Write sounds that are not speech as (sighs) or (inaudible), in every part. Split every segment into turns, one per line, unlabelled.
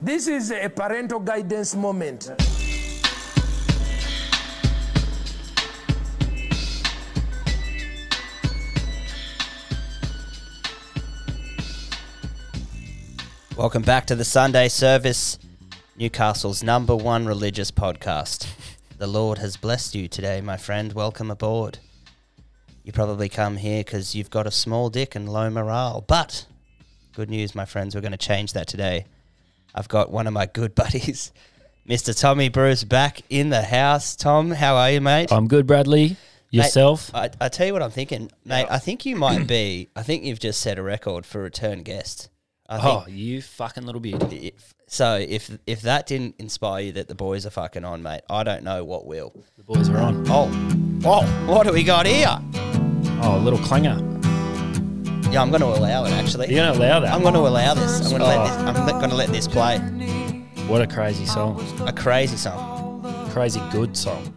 This is a parental guidance moment.
Welcome back to the Sunday service, Newcastle's number one religious
(laughs)
podcast. The Lord has blessed you today, my friend. Welcome aboard. You probably come here because you've got a small dick and low morale. But good news, my friends, we're going to change that today. I've got one of my good (laughs) buddies, Mr. Tommy Bruce, back in the house. Tom, how are you, mate?
I'm good, Bradley.
Mate,
Um, Yourself?
I, I tell you what I'm thinking, mate. I think you might be. I think you've just set a record for return guest. I think
oh, you fucking little beauty.
if, so if if that didn't inspire you that the boys are fucking on, mate, I don't know what will.
The boys are on.
Oh, oh, what do we got here?
Oh, little clanger.
Yeah, I'm going to allow it actually.
You're gonna allow that?
I'm going to allow this. I'm going to let
Oh.
this. I'm going to let this play.
what a crazy song.
A crazy song.
Crazy good song.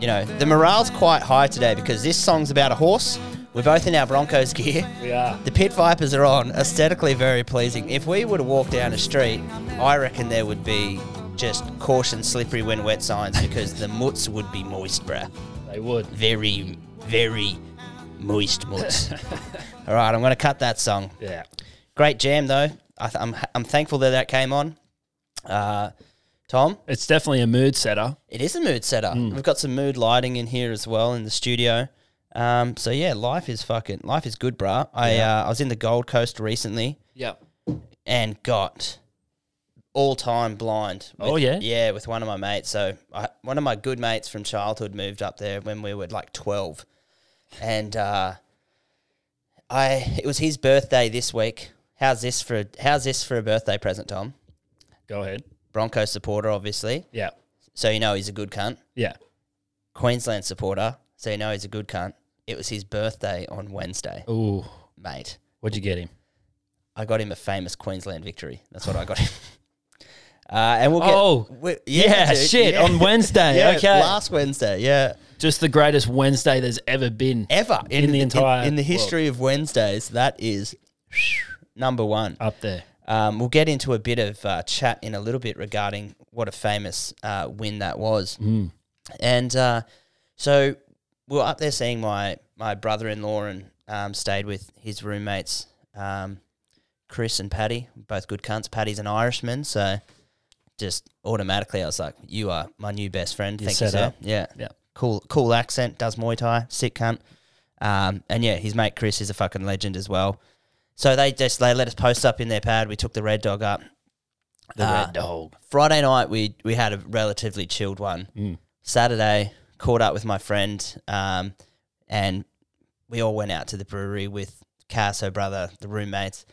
You know, the morale's quite high today because this song's about a horse. We're both in our Broncos gear.
We are.
The pit vipers are on, aesthetically very pleasing. If we were to walk down a street, I reckon there would be just caution slippery when wet signs because the mutts would be moist, bruh.
They would.
Very, very moist mutts. All right, I'm going to cut that song.
Yeah.
Great jam, though. I th- I'm, I'm thankful that that came on. Uh, Tom,
It's definitely a mood setter.
it is a mood setter. We've got some mood lighting in here as well in the studio. Um, so yeah, life is fucking life is good, bruh. I uh, I was in the Gold Coast recently
Yeah.
and got all time blind. with-
Oh, yeah?
yeah, with one of my mates. So I, one of my good mates from childhood moved up there when we were like twelve, and uh, I it was his birthday this week. How's this for How's this for a birthday present, Tom?
Go ahead.
Bronco supporter, obviously,
Yeah.
so you know he's a good cunt.
Yeah.
Queensland supporter, so you know he's a good cunt. It was his birthday on Wednesday,
Ooh.
mate.
What'd you get him?
I got him a famous Queensland victory. That's what I got him. (laughs) Uh, and we'll get.
Oh,
we-
yeah,
dude,
shit, on (laughs) Wednesday,
Yeah,
okay.
last Wednesday. Yeah,
Just the greatest Wednesday there's ever been.
ever in,
the entire
in, the history of Wednesdays. That is number one.
Up there.
Um, we'll get into a bit of uh, chat in a little bit regarding what a famous uh, win that was. And uh, so we were up there seeing my, my brother in law and um, stayed with his roommates, um, Chris and Paddy, both good cunts. Paddy's an Irishman, so just automatically I was like, You are my new best friend. Thank you,
set
sir.
up.
Yeah.
Yeah.
Cool, cool accent, does Muay Thai, sick cunt. Um, and yeah, his mate Chris is a fucking legend as well. So they just they let us post up in their pad. We took the red dog up.
The
Uh,
red dog.
Friday night we we had a relatively chilled one. Saturday caught up with my friend, um, and we all went out to the brewery with Cass, her brother, the roommates.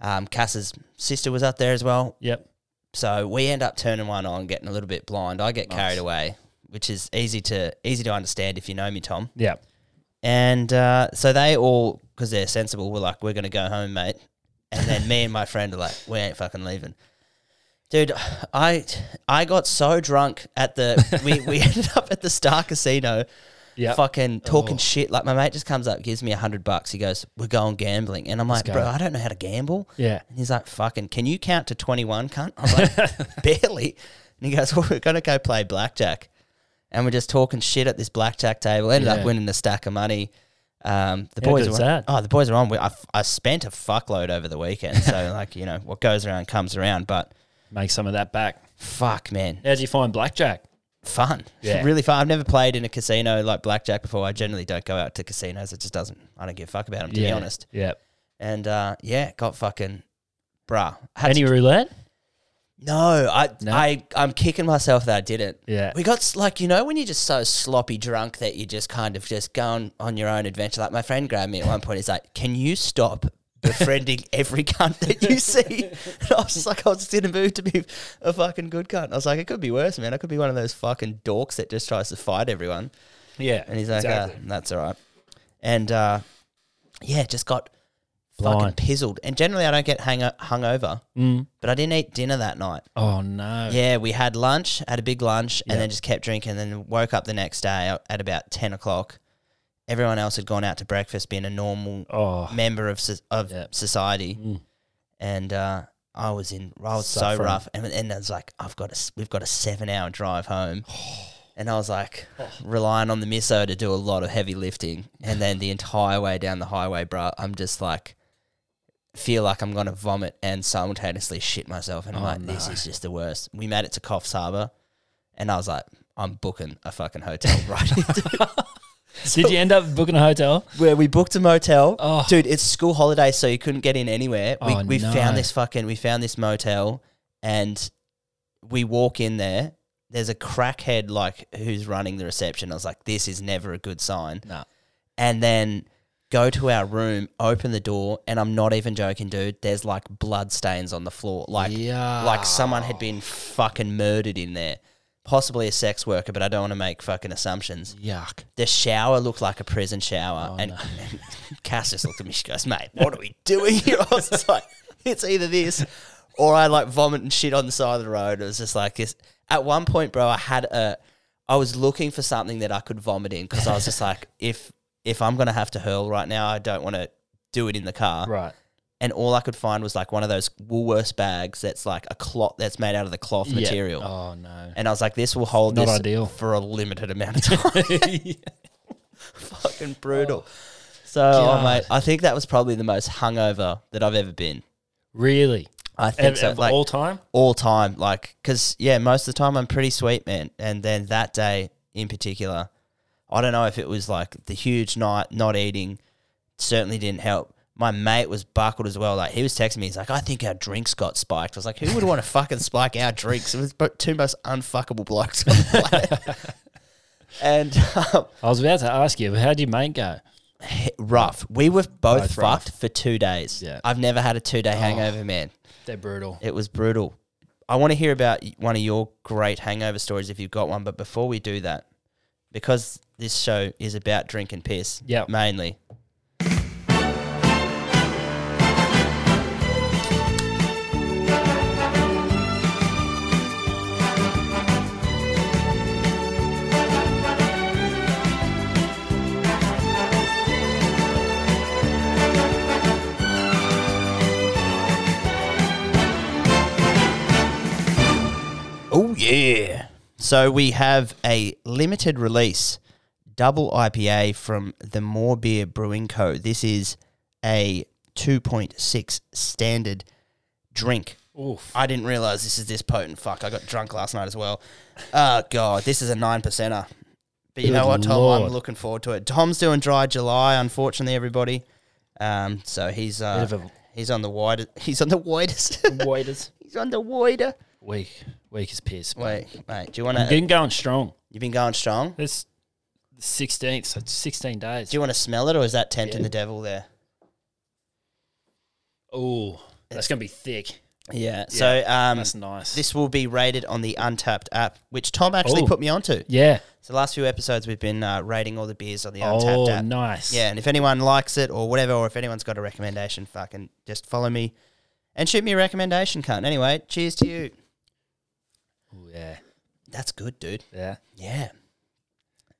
Um, Cass's sister was up there as well,
Yep.
so we end up turning one on, getting a little bit blind. I get carried away, which is easy to easy to understand if you know me, Tom.
Yeah.
And uh, so they all, because they're sensible, were like, we're going to go home, mate. And then me and my friend are like, we ain't fucking leaving. Dude, I I got so drunk at the we, we (laughs) ended up at the Star Casino,
Yeah.
fucking
Oh.
talking shit. Like my mate just comes up, gives me a hundred bucks. He goes, "We're going gambling," and I'm like,
go.
"Bro, I don't know how to gamble."
Yeah.
and he's like, "Fucking, can you count to twenty one, cunt?" I'm
(laughs)
like, "Barely." And he goes, "Well, we're gonna go play blackjack," and we're just talking shit at this blackjack table. Ended
Yeah.
up winning the stack of money. Um, the
How
boys are
good's
on.
that?
Oh, the boys are on. We- I, I spent a fuckload over the weekend,
(laughs)
so like you know what goes around comes around. But
Make some of that back.
fuck, man,
How'd you find blackjack?
fun.
Yeah.
really fun. I've never played in a casino like blackjack before. I generally don't go out to casinos. It just doesn't. I don't give a fuck about them to be
Yeah.
honest.
Yeah.
And uh, yeah, got fucking bruh. Had
Any
to-
roulette?
no, I
No?
I I'm kicking myself that I didn't.
Yeah.
We got s- like you know when you're just so sloppy drunk that you just kind of just going on your own adventure. Like my friend grabbed me at one point. He's like, "Can you stop?" Befriending (laughs) every cunt that you see, (laughs) and I was just like, I was just in a mood to be a fucking good cunt. I was like, it could be worse, man. I could be one of those fucking dorks that just tries to fight everyone.
Yeah.
And he's like,
Exactly.
"Ah, that's all right. And uh, yeah, just got fucking
Blind.
pizzled. And generally, I don't get hang- uh, hungover, mm. but I didn't eat dinner that night.
Oh no.
Yeah, we had lunch, had a big lunch, and then just kept drinking. And then woke up the next day at about 10 o'clock. Everyone else had gone out to breakfast, being a normal
Oh.
member of, so- of
Yeah.
society. And uh, I was in. I was so
Suffering.
rough, and and I was like, I've got a. s- We've got a seven-hour drive
(sighs)
home, and I was like
Oh.
relying on the miso to do a lot of heavy lifting, and then the entire way down the highway, bro, I'm just like. Feel like I'm gonna vomit and simultaneously shit myself,
Oh,
and I'm like, this is just the worst. We made it to Coffs Harbour, and I was like, I'm booking a fucking hotel (laughs) right here.
(laughs) Did you end up booking a hotel?
where we booked a motel.
Oh.
Dude, it's school holidays, so you couldn't get in anywhere. We,
Oh,
we
no.
found this fucking, we found this motel, and we walk in there. There's a crackhead like who's running the reception. I was like, this is never a good sign.
No.
And then go to our room, open the door, and I'm not even joking, dude. There's like blood stains on the floor, like
Yeah.
like someone had been fucking murdered in there, possibly a sex worker, but I don't want to make fucking assumptions
Yuck.
the shower looked like a prison shower.
Oh,
and, and (laughs) Cass just looked at me. She goes,
(laughs)
mate, what are we doing here? I was just like, it's either this or I like vomit and shit on the side of the road. It was just like this. At one point, bro, I had a, I was looking for something that I could vomit in because I was
(laughs)
just like, if, if I'm going to have to hurl right now, I don't want to do it in the car.
Right.
And all I could find was like one of those Woolworths bags that's like a cloth that's made out of the cloth
Yeah.
material.
Oh no. (laughs)
And I was like, this will hold
Not
this
ideal.
for a limited amount of time. Fucking brutal. So, oh,
God.
mate, I think that was probably the most hungover that I've ever been.
Really?
I think
Of,
so.
of
like,
all
all,
time?
time. Like, because, yeah, most of the time I'm pretty sweet, man. And then that day in particular, I don't know if it was like the huge night, not eating, certainly didn't help. My mate was buckled as well. Like, he was texting me. He's like, I think our drinks got spiked. I was like, who would want to fucking spike our drinks? It was bo- two most unfuckable blokes on the (laughs) planet. and um,
I was about to ask you, but how'd your mate go?
hit- rough. We were both,
Both rough.
fucked for two days.
Yeah. Oh.
I've never had a two day hangover, man.
They're brutal.
It was brutal. I want to hear about y- one of your great hangover stories if you've got one. But before we do that, because this show is about drink and piss,
Yeah.
mainly. Oh yeah. So we have a limited release double IPA from the More Beer Brewing Co. This is a 2.6 standard drink.
Oof.
I didn't realize this is this potent. Fuck, I got drunk last night as well. Oh god, this is a nine percenter. But you
Good
know what, Tom? I'm
lord.
looking forward to it. Tom's doing dry July, unfortunately, everybody. Um, so he's uh,
Bit of a-
he's on the wider. (laughs) He's on the widest. (laughs)
Waiters.
he's on the wider.
Weak. Weak as piss. Wait.
Wait, mate. Do you want to?
Been going strong.
You've been going strong. Do
This sixteenth, so it's sixteen days.
you want to smell it, or is that tempting
Yeah.
the devil there?
Oh, that's gonna be thick.
Yeah. So um,
That's nice.
Mm. this will be rated on the Untapped app, which Tom actually
Oh.
put me onto.
yeah.
So the last few episodes we've been uh, rating all the beers on the Untapped
Oh,
app.
nice.
Yeah, and if anyone likes it or whatever, or if anyone's got a recommendation, fucking just follow me and shoot me a recommendation, cunt. Anyway, cheers to you.
Ooh, yeah.
That's good, dude.
Yeah.
Yeah.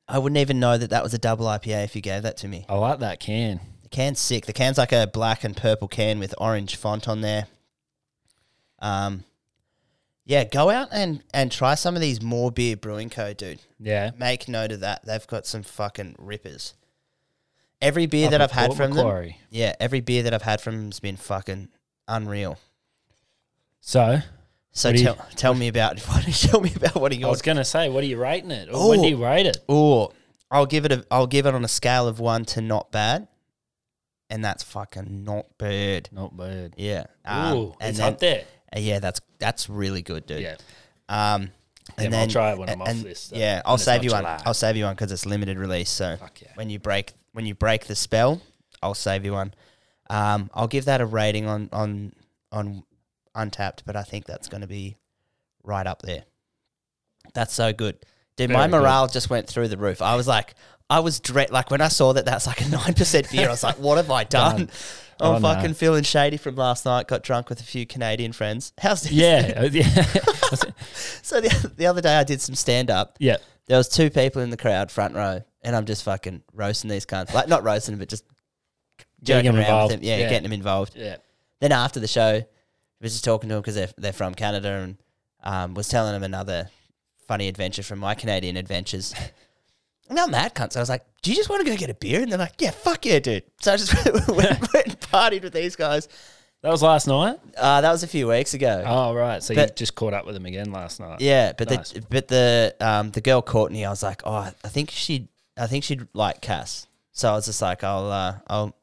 I wouldn't even know that that was a double IPA if you gave that to me.
I like that can.
The can's sick. The can's like a black and purple can with orange font on there. Um, yeah, go out and, and try some of these More Beer Brewing Co., dude.
Yeah.
Make note of that. They've got some fucking rippers. Every beer that I've had from them,
Macquarie.
Yeah, every beer that I've had from him's been fucking unreal.
So
So
What do you-
tell tell me about (laughs) what tell me about what he
I was
got.
gonna say, what are you rating it? Or when
Oh.
do you rate it?
Oh, I'll give it a I'll give it on a scale of one to not bad, and that's fucking not bad.
Not bad.
Yeah, um,
Ooh,
and
it's
then,
up there.
uh, yeah, that's that's really good, dude. (laughs)
Yeah.
Um, and
I'll
then
try it when I'm
a-
off
and-
this, uh,
Yeah, I'll
when it's
save
not
you one.
July.
I'll save you one because it's limited release. So
Fuck yeah.
when you break when you break the spell, I'll save you one. Um, I'll give that a rating on on on Untapped, but I think that's going to be right up there. That's so good, dude. my
Very good.
morale just went through the roof. I was like, I was dread. Like when I saw that, that's like a (laughs) nine percent beer. I was like, what have I done? I'm
Oh, no.
fucking feeling shady from last night. Got drunk with a few Canadian friends. How's this?
Yeah.
(laughs)
yeah.
So the, (laughs) the other day I did some stand up.
yeah.
There was two people in the crowd, front row, and I'm just fucking roasting these cunts. Like not roasting, but just
Getting
joking
them
around
involved.
with them. Yeah,
Yeah.
getting them involved.
Yeah.
Then after the show, was just talking to them because they're, they're from Canada and um, was telling them another funny adventure from my Canadian
(laughs)
adventures. And I'm that cunt. So I was like, do you just want to go get a beer? And they're like, yeah, fuck yeah, dude. So I just (laughs) went, went, went and partied with these guys.
That was last night.
Uh, that was a few weeks ago.
Oh right, so you
But-
just caught up with them again last night.
Yeah, but
Nice.
the but the um the girl Courtney, I was like, oh, I think she, I think she'd like Cass. So I was just like, I'll uh, I'll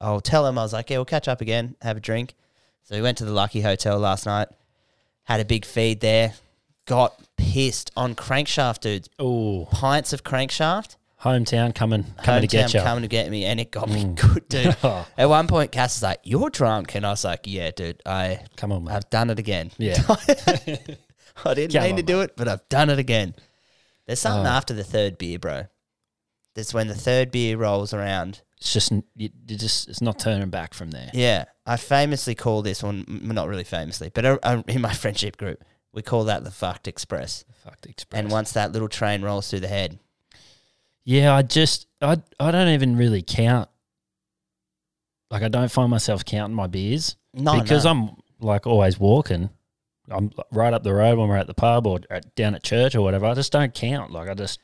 I'll tell him. I was like, yeah, we'll catch up again, have a drink. So we went to the Lucky Hotel last night, had a big feed there, got pissed on crankshaft dudes,
Oh,
pints of crankshaft.
hometown coming, coming to get Mm.
hometown
you.
coming to get me, and it got me good,
(laughs)
dude. At one point, Cass is like, "You're drunk," and I was like, "Yeah, dude, I
Come on, mate.
I've done it again.
Yeah.
(laughs) I didn't
Come
mean
on, Oh.
to do it, but I've done it again. There's something after the third beer, bro. That's when the third beer rolls around.
it's just n- you, you just it's not turning back from there.
Yeah. I famously call this one, m- not really famously, but uh, uh, in my (laughs) friendship group, we call that the fucked express.
Fuck the express.
And once that little train rolls through the head,
Yeah, I just I I don't even really count. Like I don't find myself counting my beers
no,
because
no.
I'm like always walking. I'm right up the road when we're at the pub or at, down at church or whatever. I just don't count. Like I just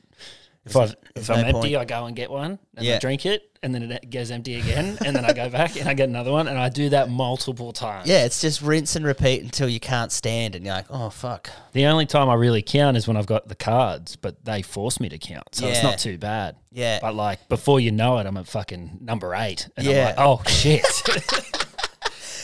if I if
there's
I'm
no
empty, I go and get one and I
Yeah.
drink it, and then it goes empty again, and then I go (laughs) back and I get another one, and I do that multiple times.
yeah, it's just rinse and repeat until you can't stand, and you're like, oh fuck.
The only time I really count is when I've got the cards, but they force me to count, so it's
Yeah.
not too bad.
Yeah.
But like before you know it, I'm at fucking number eight, and
Yeah.
I'm like,
(laughs)
oh shit. (laughs)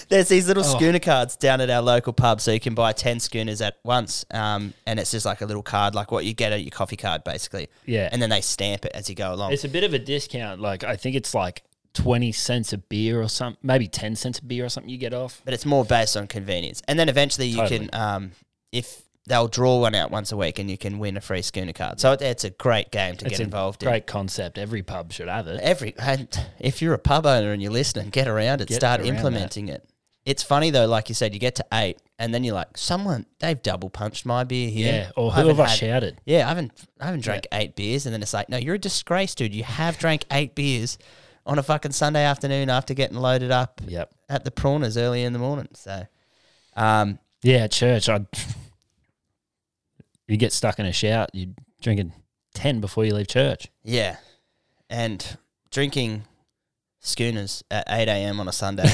There's these little
Oh.
schooner cards down at our local pub, so you can buy ten schooners at once, um, and it's just like a little card, like what you get at your coffee card, basically.
Yeah.
and then they stamp it as you go along.
it's a bit of a discount. Like I think it's like twenty cents a beer or something, maybe ten cents a beer or something you get off.
but it's more based on convenience, and then eventually you
Totally.
can, um, if they'll draw one out once a week, and you can win a free schooner card. So it, it's a great game to
It's
get
a
involved in.
Great concept. Every pub should have it.
Every and if you're a pub owner and you're listening, get around it.
Get
start
around
implementing it. It's funny though, like you said, you get to eight, and then you're like, someone they've double punched my beer here.
Yeah. Or
I haven't
whoever
had-
shouted.
Yeah, I haven't I haven't drank eight beers, and then it's like, no, you're a disgrace, dude. You have drank eight beers on a fucking Sunday afternoon after getting loaded up
Yep.
at the prawners early in the morning. So, um,
Yeah, at church. I. (laughs) You get stuck in a shout. You drinking ten before you leave church.
yeah, and drinking schooners at eight a.m. on a
(laughs)
Sunday,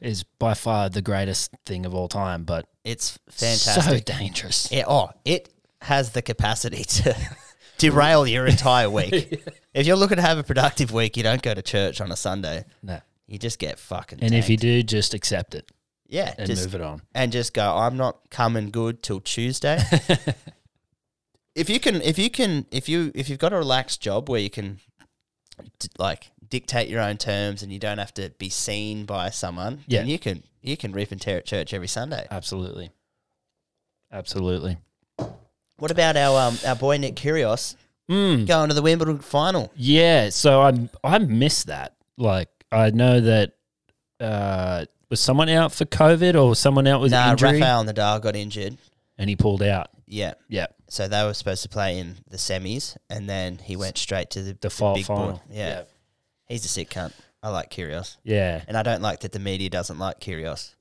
is by far the greatest thing of all time, but
it's fantastic.
so dangerous.
Yeah, oh, it has the capacity to (laughs) derail your entire
(laughs)
week. If you're looking to have a productive week, you don't go to church on a Sunday.
No.
You just get fucking.
And if you
tanked.
do, just accept it
yeah,
and
just
move it on.
and just go, I'm not coming good till Tuesday.
(laughs)
if you can, if you can, if you if you've got a relaxed job where you can d- like dictate your own terms and you don't have to be seen by someone,
Yeah.
then you can you can rip and tear at church every Sunday.
Absolutely. Absolutely.
What about our um our boy Nick Kyrgios
Hmm.
going to the Wimbledon final?
Yeah, so I I miss that. Like I know that uh was someone out for COVID or someone out with
Nah,
injury
Rafael Nadal got injured.
and he pulled out.
Yeah.
Yeah.
So they were supposed to play in the semis, and then he went straight to the,
The fi-
big
final.
board. Yeah. he's a sick cunt. I like Kyrgios.
Yeah.
and I don't like that the media doesn't like Kyrgios.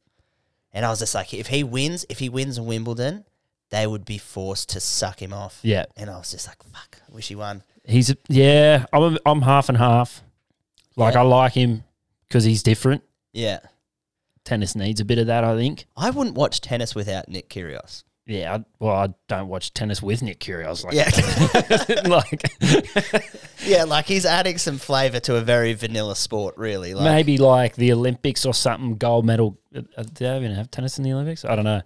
And I was just like, if he wins, if he wins Wimbledon, they would be forced to suck him off.
Yeah.
And I was just like, fuck, I wish he won.
He's yeah, I'm I'm half and half. Like
Yeah.
I like him cuz he's different.
Yeah.
Tennis needs a bit of that, I think.
I wouldn't watch tennis without Nick Kyrgios.
Yeah, I, well, I don't watch tennis with Nick Kyrgios. Like,
Yeah.
(laughs) like
(laughs) yeah, like he's adding some flavour to a very vanilla sport, really. Like,
maybe like the Olympics or something, gold medal. Uh, Do they even have tennis in the Olympics? I don't know.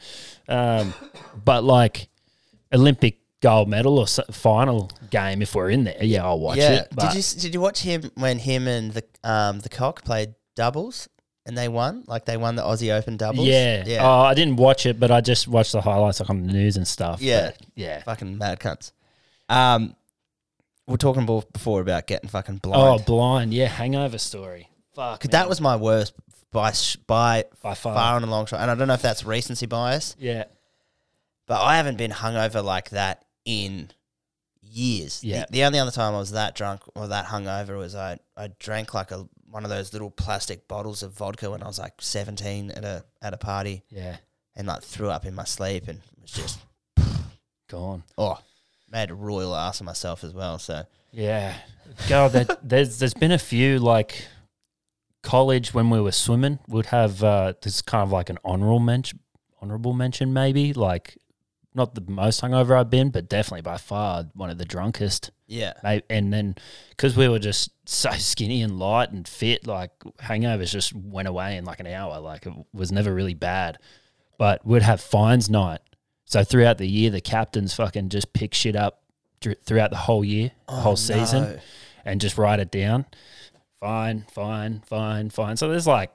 Um, but like Olympic gold medal or so, final game, if we're in there, yeah, I'll watch
yeah.
it. But
did you did you watch him when him and the um the cock played doubles and they won? Like they won the Aussie Open doubles.
yeah,
yeah,
Oh, I didn't watch it, but I just watched the highlights like on the news and stuff.
Yeah.
but yeah.
fucking mad cunts. Um, we we're talking bef- before about getting fucking
Oh,
blind.
blind. Yeah, hangover story. Fuck.
Cause
man.
that was my worst by sh- by
By far.
far and a long shot, and I don't know if that's recency bias,
yeah.
but I haven't been hungover like that in years. The-
Yeah.
The, only other time I was that drunk or that hungover was I I drank like a one of those little plastic bottles of vodka when I was like 17 at a at a party
Yeah,
and like threw up in my sleep and was just
gone.
oh made a royal ass of myself as well. So
Yeah, God, that, there's there's been a few like college when we were swimming would have uh, this kind of like an honorable mention, honorable mention maybe like not the most hungover I've been, but definitely by far one of the drunkest.
yeah,
May- And then because we were just so (laughs) skinny and light and fit, like hangovers just went away in like an hour. Like it was never really bad. But we'd have fines night. So throughout the year, the captains fucking just pick shit up dr- throughout the whole year, the whole season,
no.
and just write it down. Fine, fine, fine, fine. So there's like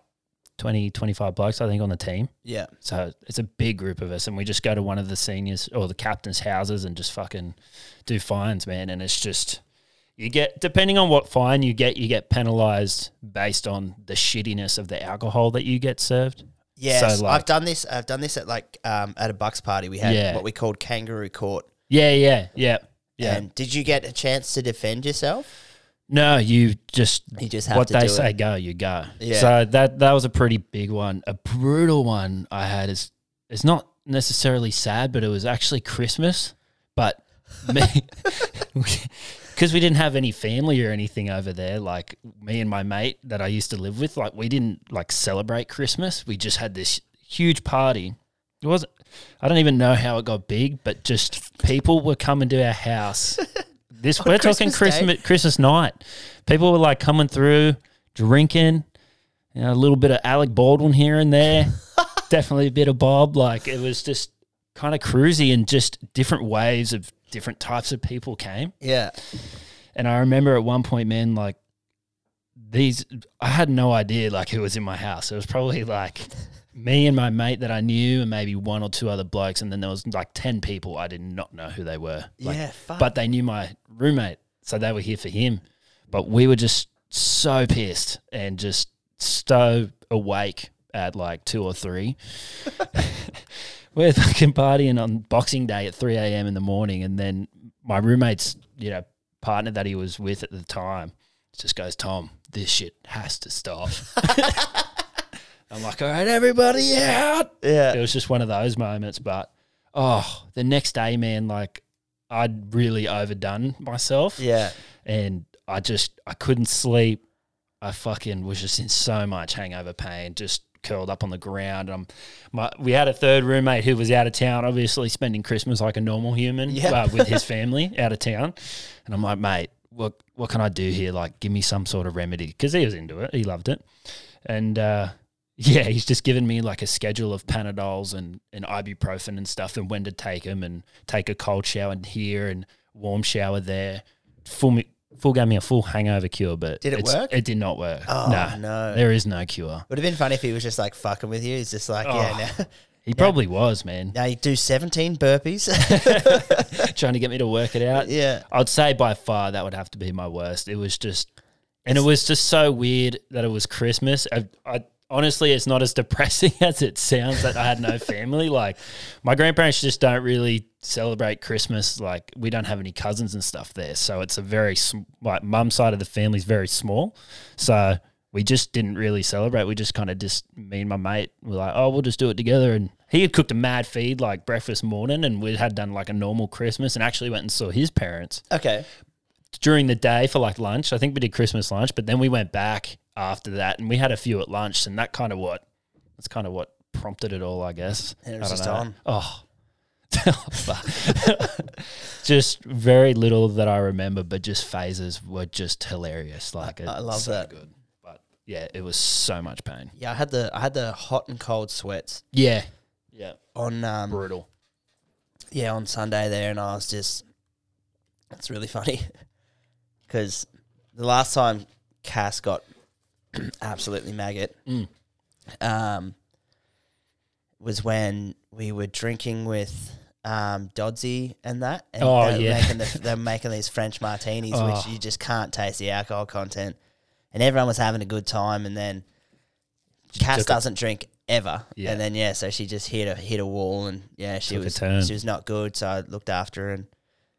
20, 25 blokes, I think, on the team.
yeah,
So it's a big group of us, and we just go to one of the seniors or the captain's houses and just fucking do fines, man. And it's just you get depending on what fine you get, you get penalized based on the shittiness of the alcohol that you get served.
yeah.
So, like-
I've done this. I've done this at like um, at a bucks party. We had
Yeah.
what we called kangaroo court.
Yeah, yeah, yeah, yeah.
And did you get a chance to defend yourself?
no, you just
You just have
what
to
they
do
say
it.
go, you go.
Yeah.
So that that was a pretty big one, a brutal one I had is it's not necessarily sad, but it was actually Christmas. But me, (laughs) because we didn't have any family or anything over there, like me and my mate that I used to live with, like we didn't like celebrate Christmas. We just had this huge party. It was I don't even know how it got big, but just people were coming to our house. This we're talking
Christmas Day?
Christmas Christmas night. People were like coming through, drinking, you know, a little bit of Alec Baldwin here and there,
(laughs)
definitely a bit of Bob. Like it was just kind of cruisy and just different waves of different types of people came.
Yeah,
And I remember at one point, man, like these, I had no idea like who was in my house. It was probably
(laughs)
like me and my mate that I knew, and maybe one or two other blokes. And then there was like ten people I did not know who they were. Like,
yeah. Fuck.
but they knew my roommate, so they were here for him. But we were just so pissed and just so awake at like two or three. (laughs) we're fucking partying on Boxing Day at three a.m. in the morning, and then my roommate's you know partner that he was with at the time just goes, "Tom, this shit has to stop." (laughs) I'm like, "All right, everybody out."
yeah.
it was just one of those moments. But oh, the next day, man, like I'd really overdone myself,
Yeah.
and I just I couldn't sleep. I fucking was just in so much hangover pain, just curled up on the ground. Um, my we had a third roommate who was out of town, obviously spending Christmas like a normal human
Yeah.
uh,
(laughs)
with his family out of town, and I'm like, mate, what what can I do here? Like, give me some sort of remedy because he was into it, he loved it, and. uh (laughs) yeah, he's just given me like a schedule of Panadols and, and ibuprofen and stuff, and when to take them, and take a cold shower here and warm shower there. Full, me- full gave me a full hangover cure, but
Did it
it's-
work?
It did not work.
Oh
Nah,
no.
there is no cure.
Would have been funny if he was just like fucking with you. He's just like, yeah, now,
He probably was man
now you do 17 burpees.
(laughs) trying to get me to work it out.
yeah.
I'd say by far that would have to be my worst. It was just, and it was just so weird that it was Christmas. I, I honestly, it's not as (laughs) depressing as it sounds that I had no family. Like my grandparents just don't really celebrate Christmas. Like we don't have any cousins and stuff there, so it's a very sm- like mum's side of the family's very small. So we just didn't really celebrate. We just kind of just me and my mate were like, oh, we'll just do it together. And he had cooked a mad feed like breakfast morning, and we had done like a normal Christmas, and actually went and saw his parents
(laughs) Okay.
during the day for like lunch. I think we did Christmas lunch, but then we went back after that and we had a few at lunch, and that kind of what that's kind of what prompted it all, I guess.
And it was
I don't
just on.
Oh. (laughs) fuck. just very little that I remember, but just phases were just hilarious. Like
I
it's
love
so
that.
Good. But yeah, it was so much pain.
Yeah, I had the I had the hot and cold sweats
Yeah. Yeah.
on um
Brutal.
yeah, on Sunday there, and I was just, it's really funny (laughs) because the last time Cass got (clears throat) absolutely maggot
Mm.
um, was when we were drinking with um, Dodzy and that, and
Oh,
they were
yeah.
making
(laughs)
the, they were making these French martinis,
Oh.
which you just can't taste the alcohol content, and everyone was having a good time, and then Cass
took a-
doesn't drink ever,
Yeah.
and then yeah, so she just hit a hit a wall, and yeah, she
Took a
was
turn.
she was not good, so I looked after her, and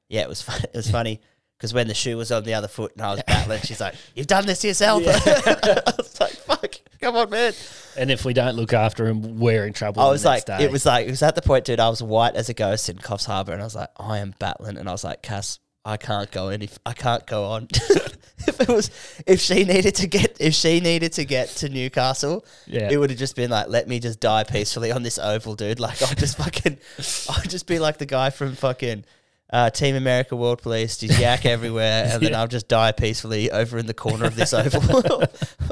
yeah, it was fun. It was funny Because when the shoe was on the other foot and I was battling, she's like, "You've done this to yourself." (laughs) I was like, "Fuck, come on, man."
And if we don't look after him, we're in trouble.
I was like,
day.
it was like, it was at the point, dude. I was white as a ghost in Coffs Harbour, and I was like, I am battling, and I was like, Cass, I can't go any, I can't go on. (laughs) if it was, if she needed to get, if she needed to get to Newcastle,
Yeah.
it would have just been like, let me just die peacefully on this oval, dude. Like I'll just (laughs) fucking, I'll just be like the guy from fucking. Uh, Team America World Police, just yak everywhere, and
(laughs)
then I'll just die peacefully over in the corner of this oval.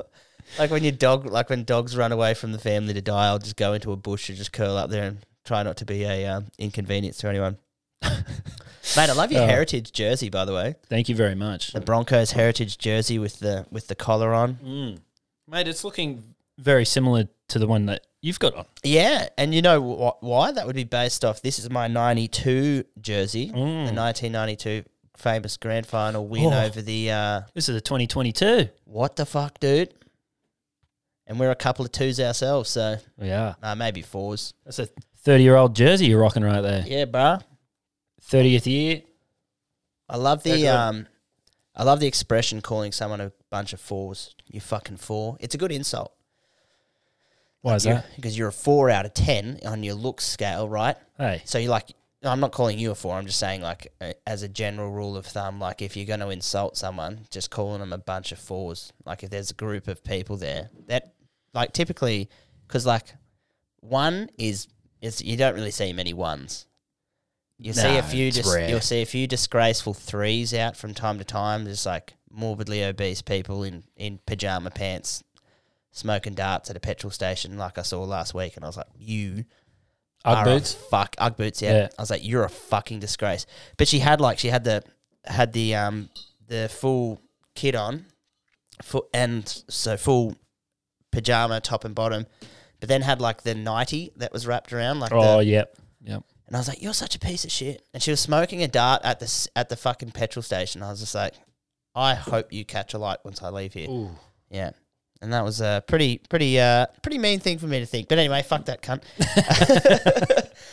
(laughs) Like when your dog, like when dogs run away from the family to die, I'll just go into a bush and just curl up there and try not to be a um, inconvenience to anyone. (laughs) Mate, I love your
Oh.
heritage jersey, by the way.
Thank you very much,
The Broncos heritage jersey with the with the collar on.
Mm. mate. It's looking very similar to the one that you've got on.
Yeah, and you know wh- why? That would be based off. This is my '92 jersey, the 1992 famous grand final win
Mm. Oh.
over the uh,
This is a 2022.
what the fuck, dude. And we're a couple of twos ourselves, so
Yeah,
uh, maybe fours.
that's a 30 year old jersey you're rocking right there.
Yeah, bruh.
30th year.
I love
They're
the
good.
um, I love the expression calling someone a bunch of fours. You fucking four. It's a good insult.
Why is that?
Because you're a four out of ten on your looks scale, right?
Hey,
So you're like, I'm not calling you a four. I'm just saying, like, uh, as a general rule of thumb, like if you're going to insult someone, just calling them a bunch of fours. Like if there's a group of people there that, like, typically, because like one is is you don't really see many ones. You see
No,
a few
it's
dis-
rare.
you'll see a few disgraceful threes out from time to time. Just like morbidly obese people in in pajama pants. Smoking darts at a petrol station, like I saw last week, and I was like, "You
Ugg
are a
boots.
fuck Ugg boots. Yeah.
Yeah.
I was like, you're a fucking disgrace. But she had like she had the had the um the full kit on, full and so full pajama top and bottom, but then had like the nighty that was wrapped around like
Oh,
the,
yep, yep.
and I was like, you're such a piece of shit. And she was smoking a dart at the s- at the fucking petrol station. I was just like, I hope you catch a light once I leave here.
Ooh.
Yeah. And that was a pretty, pretty, uh, pretty mean thing for me to think. But anyway, fuck that cunt.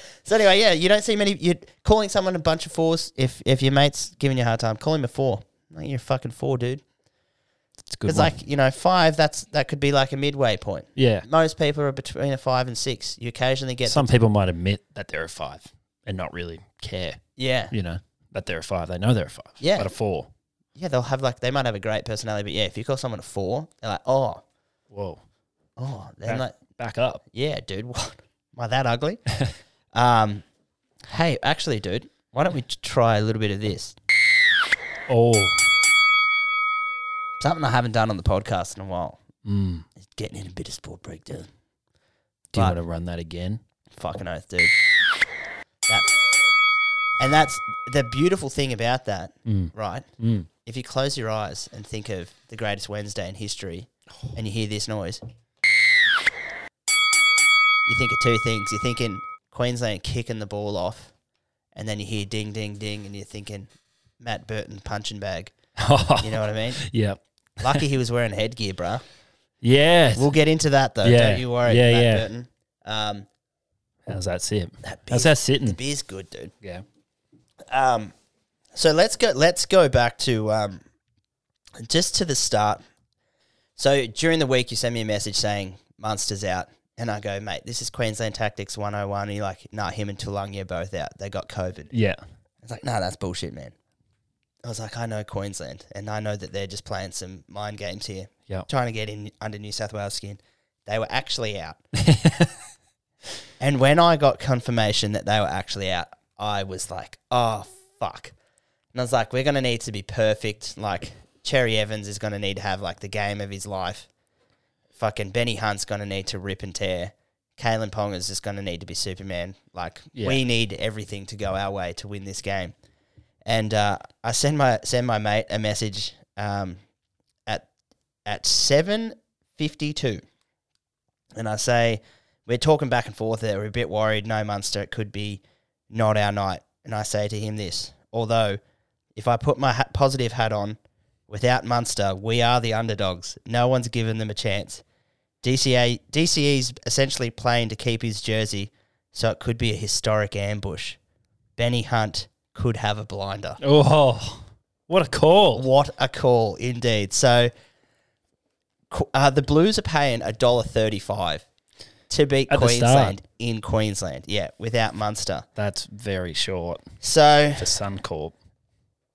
(laughs) so anyway, yeah, you don't see many. You're calling someone a bunch of fours if if your mate's giving you a hard time. Call him a four. Like, you're a fucking four, dude.
It's a good.
Because
one.
like you know, five. That's that could be like a midway point.
yeah.
Most people are between a five and six. You occasionally get
Some people might admit that they're a five and not really care.
yeah,
You know that they're a five. They know they're a five.
Yeah.
but a four.
yeah. They'll have like they might have a great personality, but yeah, if you call someone a four, they're like, oh,
Whoa,
oh, then
Yeah.
like
back up.
yeah, dude, (laughs) what? Am I that ugly? (laughs) um, hey, actually, dude, why don't we t- try a little bit of this?
Oh,
Something I haven't done on the podcast in a while.
mm.
Is getting in a bit of sport breakdown.
do you
But-
want to run that again?
Fucking oath, dude. That, and that's the beautiful thing about that,
Mm.
right?
Mm.
If you close your eyes and think of the greatest Wednesday in history and you hear this noise, you think of two things. You're thinking Queensland kicking the ball off, and then you hear ding, ding, ding, and you're thinking Matt Burton punching bag. (laughs) You know what I mean?
(laughs) yeah,
Lucky he was wearing headgear, bruh.
yeah.
We'll get into that though.
Yeah.
Don't you worry,
Yeah,
Matt
yeah.
Burton. Um,
How's that sit?
that beer's,
How's that sitting?
beer's good, dude.
Yeah.
Um, so let's go. Let's go back to um, just to the start. So during the week, you send me a message saying Munster's out, and I go, mate, this is Queensland Tactics 101. And you're like, nah, him and Tulungi are both out. They got COVID.
Yeah.
It's like, nah, that's bullshit, man. I was like, I know Queensland, and I know that they're just playing some mind games here,
Yeah.
trying to get in under New South Wales skin. They were actually out. and when I got confirmation that they were actually out, I was like, oh, fuck. And I was like, we're going to need to be perfect. Like, Cherry Evans is going to need to have, like, the game of his life. Fucking Benny Hunt's going to need to rip and tear. Kalen Pong is just going to need to be Superman. Like,
Yeah.
we need everything to go our way to win this game. And uh, I send my send my mate a message um, at at seven fifty two, and I say we're talking back and forth there. We're a bit worried. No Munster, it could be not our night. And I say to him this: although if I put my ha- positive hat on, without Munster, we are the underdogs. No one's given them a chance. DCA DCE's essentially playing to keep his jersey, so it could be a historic ambush. Benny Hunt could have a blinder.
Oh, What a call.
What a call, indeed. So, qu- uh, the Blues are paying a dollar thirty-five to beat
At the start.
Queensland in Queensland. Yeah, without Munster.
That's very short
So
for Suncorp.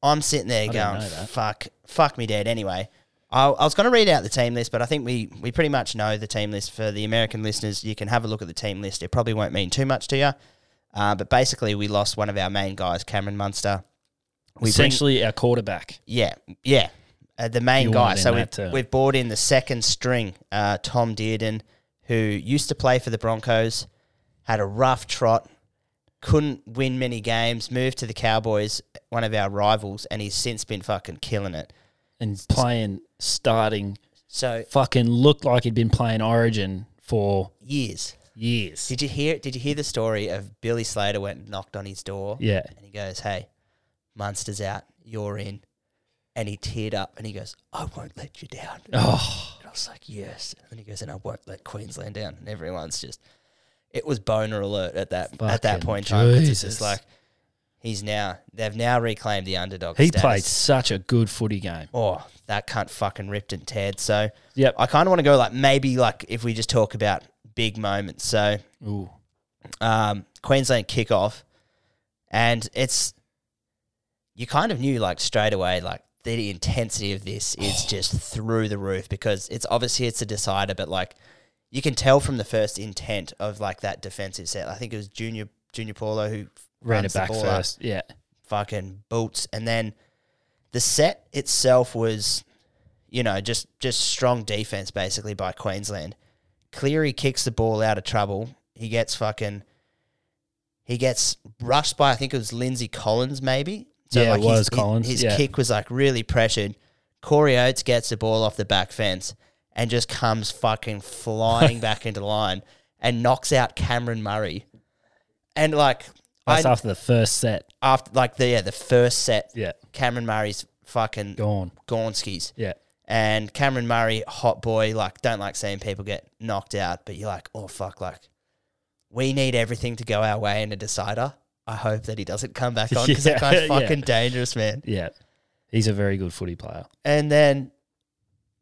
I'm sitting there
didn't
going,
know that.
"Fuck, fuck me dead." Anyway, I, I was going to read out the team list, but I think we we pretty much know the team list for the American listeners. You can have a look at the team list; it probably won't mean too much to you. Uh, but basically, we lost one of our main guys, Cameron Munster. We bring-
Essentially, our quarterback.
Yeah, yeah. Uh, the main
You
guy.
want it in
So
that
we've,
term.
we've brought in the second string, uh, Tom Dearden, who used to play for the Broncos, had a rough trot, couldn't win many games, moved to the Cowboys, one of our rivals, and he's since been fucking killing it.
and playing starting
So
fucking looked like he'd been playing Origin for
years.
years.
Did you hear? Did you hear the story of Billy Slater went and knocked on his door?
Yeah.
and he goes, "Hey, Munster's out, you're in," and he teared up and he goes, "I won't let you down."
Oh,
And I was like, yes. And he goes, and I won't let Queensland down. And everyone's just, it was boner alert at that at that
Fucking
point in time. 'cause It's
Jesus.
just like he's now they've now reclaimed the underdog.
he
status.
played such a good footy game.
Oh, that cunt fucking ripped and teared. So
Yep.
I kind of want to go like maybe like if we just talk about big moments. So
Ooh.
um, Queensland kickoff, and it's you kind of knew like straight away like the intensity of this
(sighs)
is just through the roof because it's obviously it's a decider, but like you can tell from the first intent of like that defensive set. I think it was Junior Junior Paulo who
Ran
runs
it
the
back
ball up
first. Yeah.
fucking boots and then the set itself was you know just just strong defense basically by Queensland Cleary kicks the ball out of trouble he gets fucking he gets rushed by I think it was Lindsay Collins maybe
Yeah, it
his-
was Collins,
his,
yeah.
kick was like really pressured Corey Oates gets the ball off the back fence and just comes fucking
(laughs)
flying back into line and knocks out Cameron Murray and like
That's
I,
after the first set.
after like the yeah, the first set,
Yeah.
Cameron Murray's fucking
Gone.
Gornskis.
Yeah.
And Cameron Murray, hot boy, like don't like seeing people get knocked out, but you're like, oh fuck, like we need everything to go our way in a decider. I hope that he doesn't come
(laughs)
back on because that
Yeah,
guy's
yeah.
fucking dangerous, man.
Yeah. He's a very good footy player.
And then,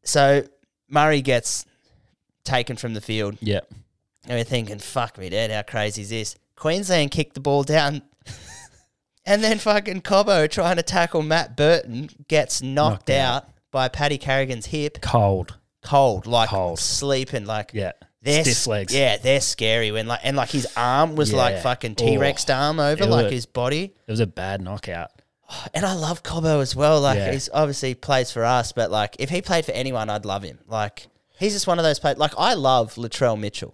so Murray gets taken from the field.
Yeah.
And we're thinking, fuck me, dude, how crazy is this? Queensland kicked the ball down. (laughs) and then fucking Cobbo trying to tackle Matt Burton gets knocked,
Knocked out.
out, by Paddy Carrigan's hip.
Cold.
Cold, like
Cold.
sleeping, like
Yeah.
they're
Stiff
s-
legs.
Yeah, they're scary when like and like his arm was like
Yeah. Oh.
fucking T Rex arm over,
Ew.
like his body.
It was a bad knockout.
And I love Cobbo as well. Like
Yeah.
he's obviously plays for us, but like if he played for anyone, I'd love him. Like he's just one of those players. Like I love Latrell Mitchell.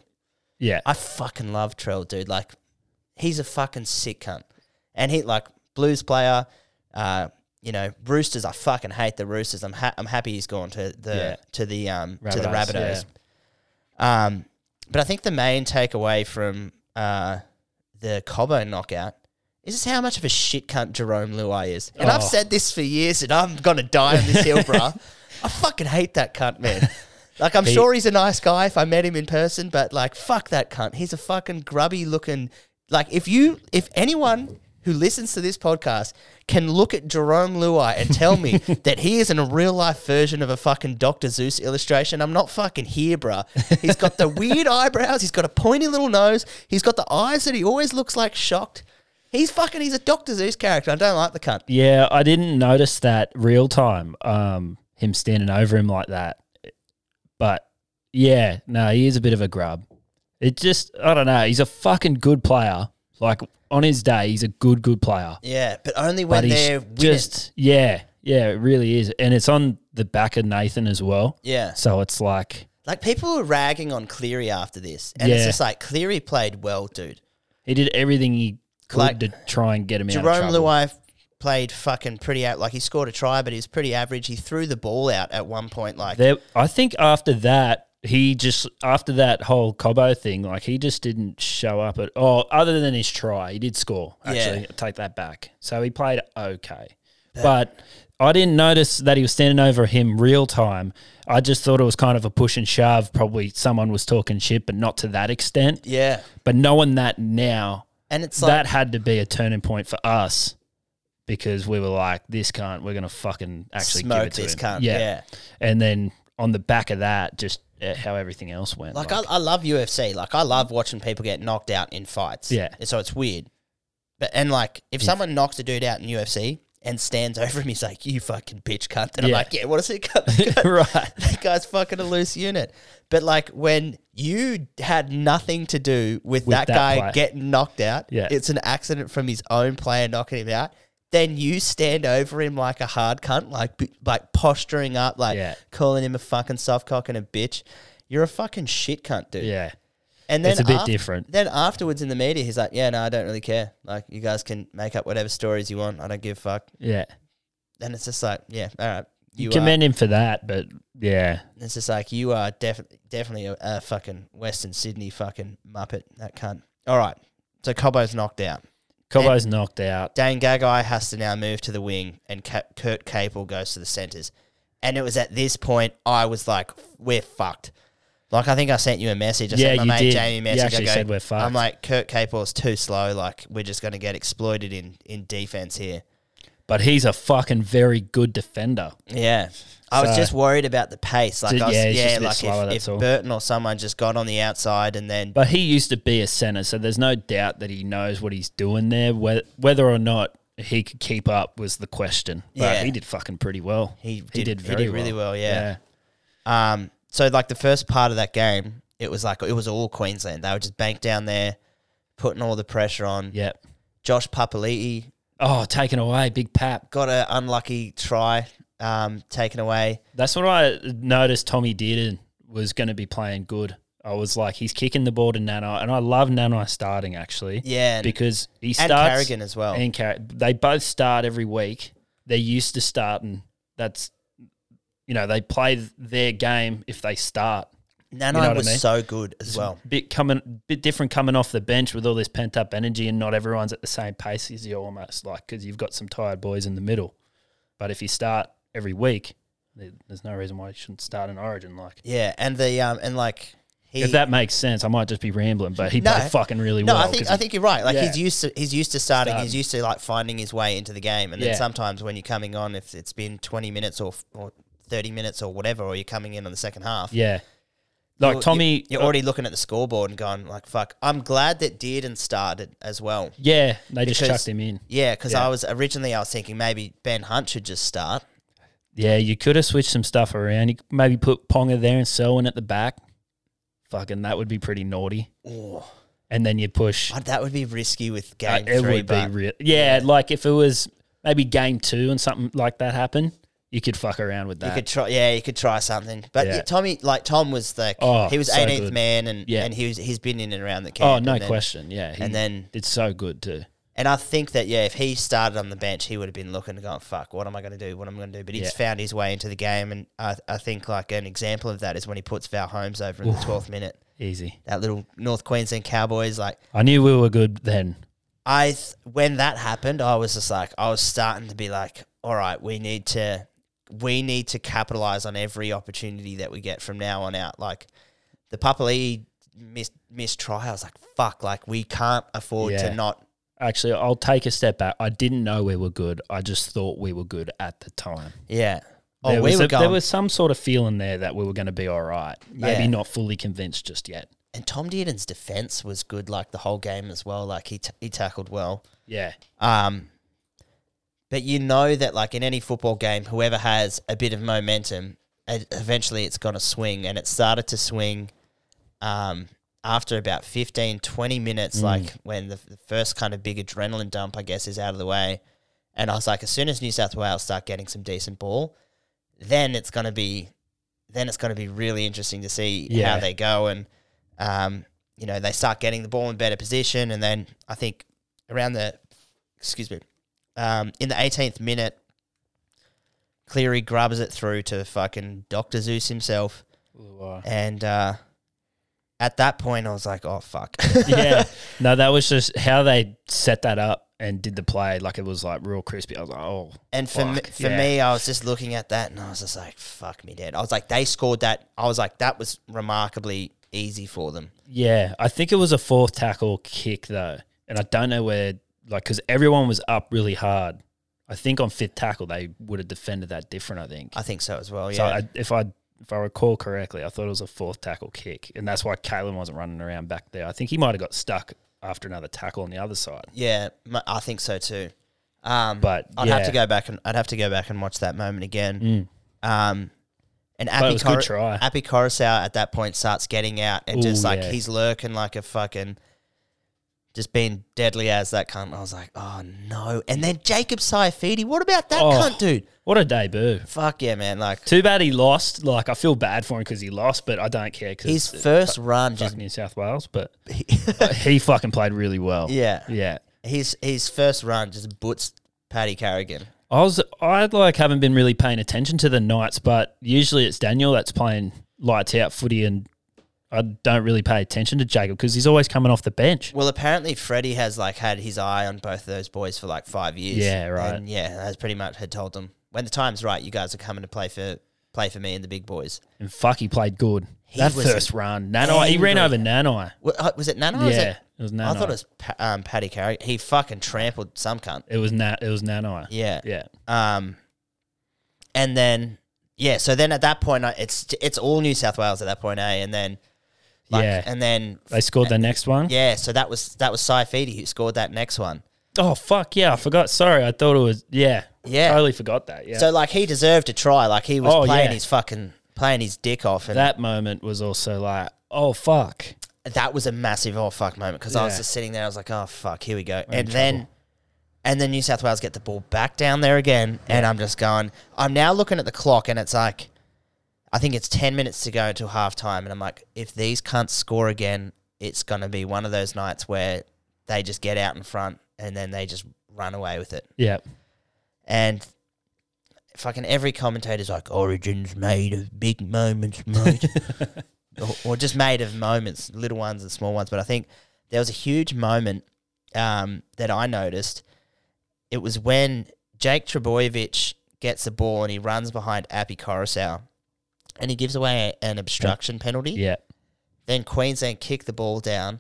Yeah.
I fucking love Trell, dude. Like, he's a fucking sick cunt. And he, like, blues player, uh, you know, Roosters. I fucking hate the Roosters. I'm ha- I'm happy he's gone to the
Yeah.
to the um to the
Rabbitohs,
Rabbitohs. Um, but I think the main takeaway from uh the Cobbo knockout is just how much of a shit cunt Jerome Luai is. And I've
Oh.
said this for years, and I'm gonna die on this hill, bruh. I fucking hate that cunt, man. Like I'm sure he's a nice guy if I met him in person, but like fuck that cunt. He's a fucking grubby looking like if you if anyone who listens to this podcast can look at Jerome Luai and tell me that he isn't a real life version of a fucking Dr. Zeus illustration, I'm not fucking here, bruh. He's got the weird eyebrows, he's got a pointy little nose, he's got the eyes that he always looks like shocked. He's fucking he's a Dr. Zeus character. I don't like the cunt.
Yeah, I didn't notice that real time. Um, him standing over him like that, but yeah, no, he is a bit of a grub. It just, I don't know. He's a fucking good player. Like on his day, he's a good, good player.
Yeah, but only when
But he's
they're winning.
just, yeah, yeah, it really is, and it's on the back of Nathan as well.
yeah.
So it's like
Like people were ragging on Cleary after this, and it's
Yeah.
just like Cleary played well, dude.
he did everything he could
Like,
to try and get him out.
Jerome
of trouble.
Luai played fucking pretty out. Like he scored a try, but he was pretty average. He threw the ball out at one point. Like
There, I think after that, he just after that whole Cobo thing, like he just didn't show up at all. Other than his try, he did score. Actually,
Yeah.
take that back. So he played okay, but I didn't notice that he was standing over him real time. I just thought it was kind of a push and shove. Probably someone was talking shit, but not to that extent.
yeah,
But knowing that now,
and it's like
that had to be a turning point for us because we were like, this can't, we're going to fucking actually give
Smoke
it to
this
him.
cunt, yeah.
And then on the back of that, just uh, how everything else went.
Like, I, I love UFC. Like I love watching people get knocked out in fights.
Yeah.
So it's weird. But and like if someone knocks a dude out in UFC and stands (laughs) over him, he's like, You fucking bitch cunt. And I'm
Yeah.
like, Yeah, what is
(laughs)
it? cunt?"
right.
that guy's fucking a loose unit. But like when you had nothing to do with, that,
that
guy
play.
getting knocked out,
Yeah.
it's an accident from his own player knocking him out. Then you stand over him like a hard cunt, like b- like posturing up, like
Yeah.
calling him a fucking soft cock and a bitch. You're a fucking shit cunt, dude.
Yeah.
And then
It's a bit
af-
different.
Then afterwards in the media, he's like, "Yeah, no, I don't really care. Like, you guys can make up whatever stories you want. I don't give a fuck."
Yeah.
And it's just like, "Yeah, all right, you,
You
are-
commend him for that, but yeah.
It's just like you are def- definitely a, a fucking Western Sydney fucking muppet. That cunt. All right. So Cobbo's knocked out.
Cobo's knocked out.
Dane Gagai has to now move to the wing, and Ca- Kurt Capel goes to the centres. And it was at this point I was like, "We're fucked." Like I think I sent you a message. I
Yeah,
sent my
you
mate
did.
Jamie a
You
message. I
actually
go-
said we're fucked.
I'm like, Kurt Capel's too slow. Like we're just going to get exploited in in defense here.
But he's a fucking very good defender.
Yeah. I was
So-
just worried about the pace. Like,
Ju-
I was,
yeah,
yeah,
it's just a bit
like
slower,
if,
that's
if
all.
Burton or someone just got on the outside and then
But he used to be a center, so there's no doubt that he knows what he's doing there. Whe- Whether or not he could keep up was the question. But
Yeah.
he did fucking pretty well.
He did- he did really well, yeah.
yeah.
Um, so like the first part of that game, it was like it was all Queensland. They were just banked down there, putting all the pressure on.
Yep.
Josh Papali'i
Oh, taken away, big pap.
got an unlucky try um, taken away.
That's what I noticed Tommy Dearden was going to be playing good. I was like, he's kicking the ball to Nanai, and I love Nanai starting actually.
Yeah, and,
because he
and
starts
Carrigan as well.
and Car- they both start every week. They're used to starting. That's you know they play their game if they start.
Nanai
you know what I
was
mean?
so good as well.
Bit coming, bit different coming off the bench with all this pent up energy, and not everyone's at the same pace as you almost like because you've got some tired boys in the middle. But if you start every week, there- there's no reason why you shouldn't start in Origin. Like
Yeah, and the um, and like he.
if that makes sense, I might just be rambling, but he
No.
played fucking really
no,
well.
I think
'cause
I think you're right. Like
Yeah.
he's used to he's used to starting. He's
Starting.
used to like finding his way into the game. And then
Yeah.
sometimes when you're coming on, if it's been 20 minutes or or 30 minutes or whatever, or you're coming in on the second half,
yeah, like
You're-
Tommy. uh,
you're, you're already looking at the scoreboard and going like, "Fuck!" I'm glad that Dearden started as well.
yeah, they just
Because-
chucked him in.
Yeah, because
Yeah.
I was originally I was thinking maybe Ben Hunt should just start.
Yeah, you could have switched some stuff around. You could maybe put Ponga there and Selwyn at the back. Fucking, that would be pretty naughty. And then you push.
Oh, that would be risky with
Uh,
game
it
three,
would be
but
real. Yeah, like if it was maybe game two and something like that happened, you could fuck around with
you
that.
could try. Yeah, you could try something. But
Yeah.
yeah, Tommy, like Tom, was like
Oh,
he was
so
18th
good.
man, and
Yeah.
and he was he's been in and around the camp.
oh, no
and then-
question. Yeah, he
And then
did so good too.
and I think that yeah, if he started on the bench, he would have been looking to go, "Fuck, what am I going to do? What am I going to do?" But he's
Yeah.
found his way into the game, and I I think like an example of that is when he puts Val Holmes over in the 12th minute.
Easy.
that little North Queensland Cowboys. Like
I knew we were good then.
I, th- when that happened, I was just like, I was starting to be like, all right, we need to, we need to capitalize on every opportunity that we get from now on out. Like the Papali missed missed try. I was like, fuck, like we can't afford
Yeah.
to not.
Actually, I'll take a step back. I didn't know we were good. I just thought we were good at the time.
Yeah. Oh,
there,
we
was
were
a-
going.
there was some sort of feeling there that we were going to be all right. Maybe
Yeah.
not fully convinced just yet.
and Tom Dearden's defense was good, like the whole game as well. Like he t- he tackled well.
Yeah.
Um, but you know that, like in any football game, whoever has a bit of momentum, e- eventually it's going to swing. And it started to swing um, after about 15, 20 minutes, like when the, the first kind of big adrenaline dump, I guess, is out of the way. And I was like, as soon as New South Wales start getting some decent ball, then it's going to be. Then it's going to be really interesting to see
Yeah.
how they go, and um, you know they start getting the ball in better position, and then I think around the excuse me, um, in the 18th minute, Cleary grabs it through to fucking Doctor Zeus himself, and uh, at that point I was like, oh fuck,
(laughs)
(laughs)
yeah. No, that was just how they set that up and did the play. Like it was like real crispy. I was like, oh,
And for me,
Fuck,
for
yeah.
me, I was just looking at that and I was just like, fuck me, dead. I was like, they scored that. I was like, that was remarkably easy for them.
yeah. I think it was a fourth tackle kick though, and I don't know where like because everyone was up really hard I think on fifth tackle they would have defended that different. I think.
I think so as well. Yeah.
So I, if I if I recall correctly, I thought it was a fourth tackle kick, and that's why Kalen wasn't running around back there. I think he might have got stuck after another tackle on the other side.
yeah, m- I think so too. Um,
But,
I'd have to
yeah. Mm.
go back and I'd have to go back and watch that moment again. Um, and
it
Appy,
was a good
Cor-
try.
Appy Coruscant at that point starts getting out and just
Ooh,
like
yeah.
he's lurking like a fucking, just being deadly as that cunt. I was like, oh no. And then Jacob Saifidi, what about that
Oh.
cunt, dude?
What a debut!
Fuck yeah, man! Like
Too bad he lost. Like I feel bad for him because he lost, but I don't care because
his first run, just
New South
(laughs)
Wales, but he fucking played really well.
Yeah.
yeah.
his his first run just boots Paddy Carrigan.
I was I like haven't been really paying attention to the nights, but usually it's Daniel that's playing lights out footy, and I don't really pay attention to Jacob because he's always coming off the bench.
Well, apparently Freddie has like had his eye on both of those boys for like five years.
Yeah, right.
And yeah, has pretty much had told them when the time's right, you guys are coming to play for play for me and the big boys.
And fuck, he played good. that
was
first run, Nanai, he ran over
angry.
Nanai.
Wa- uh, Was it Nana? or
Yeah,
was
it
it?
was
I
Nanai.
thought it was Pa- um, Paddy Carrigan. He fucking trampled some cunt.
It was Nat. It was Nanai.
Yeah.
yeah.
Um, and then yeah, so then at that point, I- it's it's all New South Wales at that point, eh? And then like,
Yeah.
and then
They scored the next one.
yeah, so that was that was Saifidi who scored that next one.
Oh fuck yeah, I forgot. Sorry, I thought it was yeah.
Yeah.
Totally forgot that. Yeah.
So like he deserved a try. Like he was
Oh,
playing
yeah.
his fucking playing his dick off, and that,
that moment was also like, oh fuck.
was a massive oh fuck moment because I was
Yeah.
just sitting there. I was like, oh fuck, here we go. and then, and then New South Wales get the ball back down there again, and I'm just going. I'm now looking at the clock, and it's like, I think it's ten minutes to go until halftime, and I'm like, if these cunts score again, it's gonna be one of those nights where they just get out in front and then they just run away with it.
Yeah.
and fucking every commentator's like origins made of big moments mate or, or just made of moments little ones and small ones but i think there was a huge moment um, that i noticed it was when jake trebojevic gets the ball and he runs behind appy coruscant and he gives away an obstruction penalty
Yeah.
then queensland kicked the ball down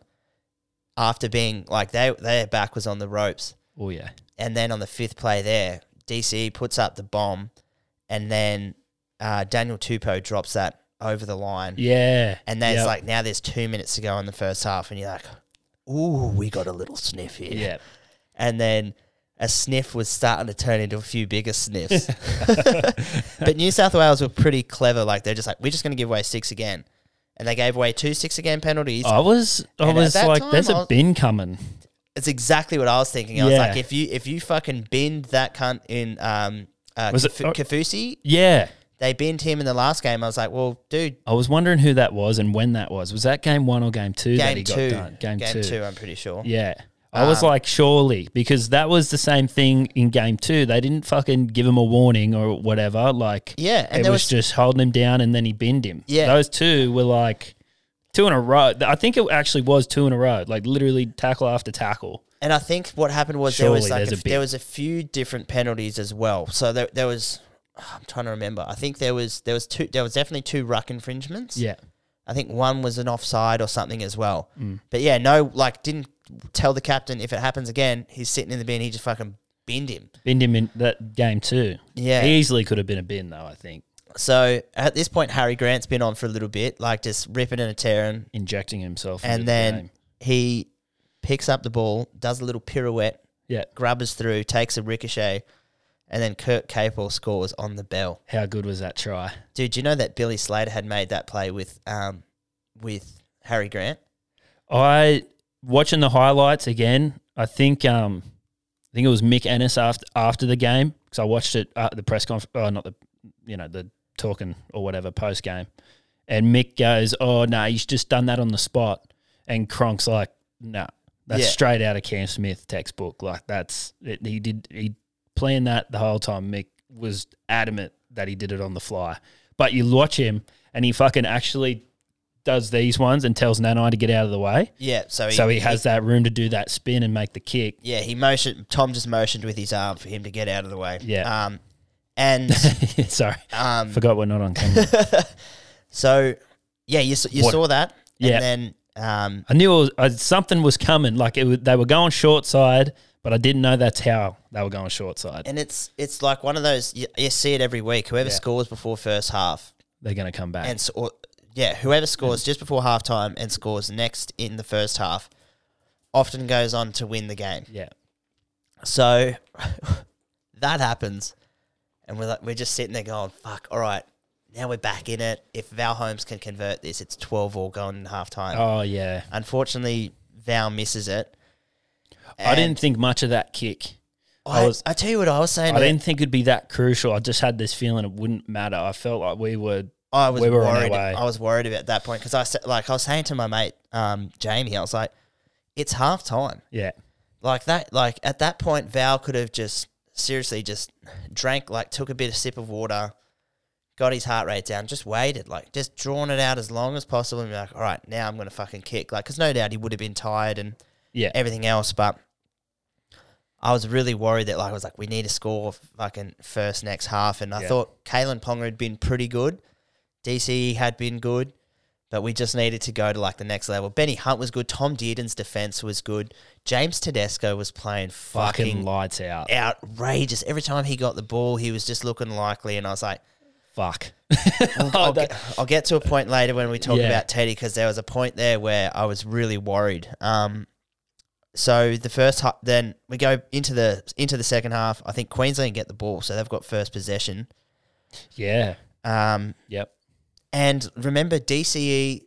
after being like they, their back was on the ropes
Oh yeah.
and then on the fifth play there, DCE puts up the bomb, and then uh, Daniel Tupou drops that over the line.
Yeah.
And then
Yep.
it's like now there's two minutes to go in the first half, and you're like, "Ooh, we got a little sniff here."
Yeah.
And then a sniff was starting to turn into a few bigger
(laughs)
sniffs. (laughs) but New South Wales were pretty clever. Like they're just like, "We're just going to give away six again," and they gave away two six again penalties.
I was I
And at
was
that
like,
time,
there's
I
a
was-
bin coming.
It's exactly what I was thinking. I was
Yeah.
like, if you if you fucking binned that cunt in um uh,
Was it- oh.
Kafu- Kafusi,
Yeah.
they binned him in the last game. I was like, well, dude,
I was wondering who that was and when that was. Was that game one or game two that he
game
got
two, Um,
done? Game, two.
I'm pretty sure.
Yeah. I was like, surely, because that was the same thing in game two. They didn't fucking give him a warning or whatever. Like,
Yeah, and
it
there
was,
was-
just holding him down and then he binned him.
Yeah.
Those two were like two in a row. I think it actually was two in a row, like literally tackle after tackle.
And I think what happened was there was
Surely
like
there's
a,
a bit.
there was a few different penalties as well. So there there was. (sighs) I'm trying to remember. I think there was there was two there was definitely two ruck infringements.
Yeah.
I think one was an offside or something as well.
Mm.
But yeah, no, like didn't tell the captain if it happens again, he's sitting in the bin. He just fucking binned him.
Binned him in that game too.
Yeah.
He easily could have been a bin though, I think.
So at this point, Harry Grant's been on for a little bit, like just ripping and tearing,
Injecting himself into
and
the
then
game.
he picks up the ball, does a little pirouette,
Yeah.
grubbers through, takes a ricochet, and then Kurt Capel scores on the bell.
How good was that try?
Dude, do you know that Billy Slater had made that play with um with Harry Grant?
I watching the highlights again. I think um, I think it was Mick Ennis after after the game because I watched it at the press conference. Oh, not the you know the talking or whatever post game. And Mick goes, "Oh no, he's just done that on the spot." And Cronk's like, "No, that's
Yeah.
straight out of Cam Smith textbook. Like that's it, he did he planned that the whole time. Mick was adamant that he did it on the fly, but you watch him and he fucking actually." Does these ones and tells Nanai to get out of the way.
Yeah, so he,
So he has that room to do that spin and make the kick. (laughs)
yeah he motioned. Tom just motioned with his arm for him to get out of the way.
Yeah.
um, and (laughs)
Sorry,
um,
forgot we're not on camera.
so yeah, you s- you
What-
saw that, and
Yeah.
then um
I knew it was, uh, something was coming. Like it was, they were going short side, But I didn't know that's how they were going short side.
And it's it's like one of those you, you see it every week. Whoever
Yeah.
scores before first half
They're going to come back.
and s- or, yeah, whoever scores just before halftime and scores next in the first half often goes on to win the game.
yeah.
So (laughs) that happens, and we're like, we're just sitting there going, "Fuck! All right, now we're back in it. If Val Holmes can convert this, it's twelve all gone in half time."
Oh, yeah.
Unfortunately, Val misses it.
I
And
didn't think much of that kick.
I,
I
I,
was-
tell you what I was saying.
I
I,
didn't think it'd be that crucial. I just had this feeling it wouldn't matter. I felt like we were.
I was
we were on our
worried.
way.
I was worried about that point because I said, like, I was saying to my mate um, Jamie, I was like, "It's half time.
Yeah.
Like that. Like at that point, Val could have just seriously just drank, like, took a bit of sip of water." got his heart rate down, just waited, like just drawn it out as long as possible, and be like, all right, now I'm gonna fucking kick, like, because no doubt he would have been tired and
Yeah.
everything else, but I was really worried that like I was like, we need to score fucking first next half, and I
Yeah.
thought Kalen Ponga had been pretty good, DC had been good. But we just needed to go to like the next level. Benny Hunt was good. Tom Dearden's defense was good. James Tedesco was playing
Fucking,
fucking e-
lights out.
outrageous. Every time he got the ball, he was just looking likely. And I was like,
Fuck. (laughs) Oh,
I'll, get, I'll get to a point later when we talk
Yeah.
about Teddy because there was a point there where I was really worried. Um, so the first half, then we go into the into the second half. I think Queensland get the ball, so they've got first possession.
yeah.
Um,
Yep.
and remember, DCE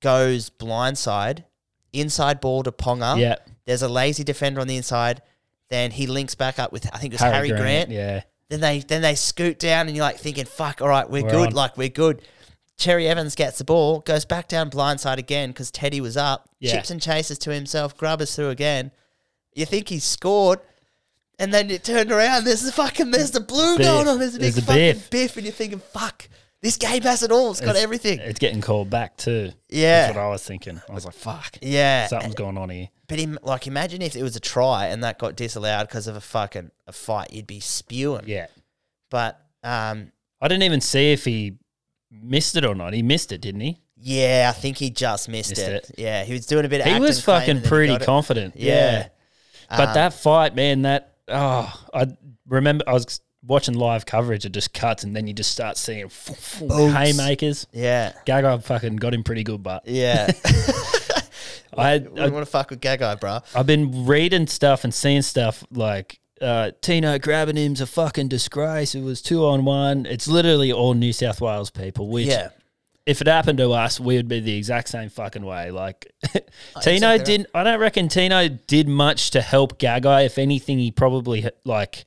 goes blindside, inside ball to Ponga.
Yeah.
There's a lazy defender on the inside. Then he links back up with I think it was Harry, Grant.
Yeah.
Then they then they scoot down and you're like thinking, fuck, all right, we're,
We're
good,
on.
like we're good. Cherry Evans gets the ball, goes back down blindside again because Teddy was up,
Yeah.
chips and chases to himself, grubbers through again. You think he's scored, and then you turn around, there's the fucking there's the blue
Biff.
going on, there's a big
There's the
fucking biff.
biff.
and you're thinking, fuck, this game has it all, it's got everything.
It's getting called back too.
Yeah.
That's what I was thinking. I was like, fuck.
yeah.
Something's going on here.
But im- like imagine if it was a try and that got disallowed because of a fucking a fight, you'd be spewing.
Yeah.
But um
I didn't even see if he missed it or not. He missed it, didn't he?
Yeah, I think he just missed,
Missed
it. Yeah, he was doing a bit of
He
acting
was
clean
fucking
and then he
pretty
got it.
confident. Yeah.
Yeah.
But
Um,
that fight, man, that oh I remember I was watching live coverage, it just cuts and then you just start (laughs) seeing haymakers.
Yeah.
Gagai fucking got him pretty good, but
Yeah.
I,
I
(laughs)
(laughs)
I
want to fuck with Gagai, bro.
I've been reading stuff and seeing stuff like uh, Tino grabbing him's a fucking disgrace. It was two on one. It's literally all New South Wales people. Which,
Yeah.
if it happened to us, we would be the exact same fucking way. Like Tino
Oh, exactly right.
didn't. I don't reckon Tino did much to help Gagai. If anything, he probably h- like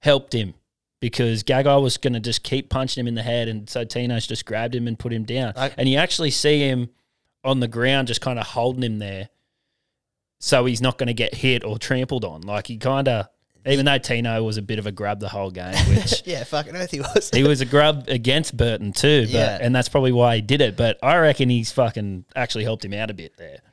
helped him because Gagai was going to just keep punching him in the head, and so Tino's just grabbed him and put him down.
I-
and you actually see him on the ground, just kind of holding him there so he's not going to get hit or trampled on. Like he kind of, even though Tino was a bit of a grub the
(laughs)
whole game, which
Yeah, fucking earth he was.
he was a grub against Burton too, but,
Yeah.
and that's probably why he did it. But I reckon he's fucking actually helped him out a bit there.
(laughs)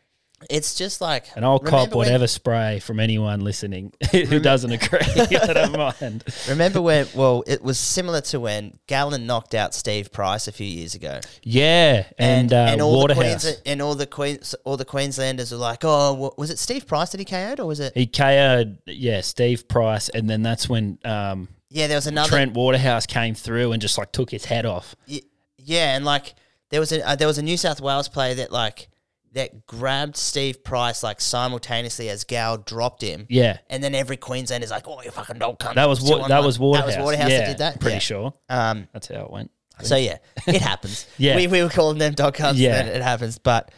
It's just like
And I'll cop
remember when-
whatever (laughs) spray from anyone listening (laughs) who doesn't agree. (laughs) I
(laughs)
don't mind.
remember when? Well, it was similar to when Gallon knocked out Steve Price a few years ago,
Yeah, and, uh,
the
Waterhouse.
Queens, and all the Queens, all the Queenslanders were like, "Oh, wha- was it Steve Price that he KO'd, or was it?"
he KO'd, yeah, Steve Price, and then that's when um,
Yeah, there was another
Trent Waterhouse came through and just like took his head off.
Y- yeah, and like there was a uh, there was a New South Wales player that like that grabbed Steve Price like simultaneously as Gal dropped him.
Yeah,
And then every Queenslander's like, "Oh, you fucking don't come."
that was
Two
what
on
that
one."
was Waterhouse.
That was Waterhouse
yeah,
that did that.
Pretty
Yeah.
sure.
Um,
That's how it went.
so yeah, it happens.
(laughs) Yeah.
we, we were calling them dog cunts.
Yeah.
Yeah, it happens. But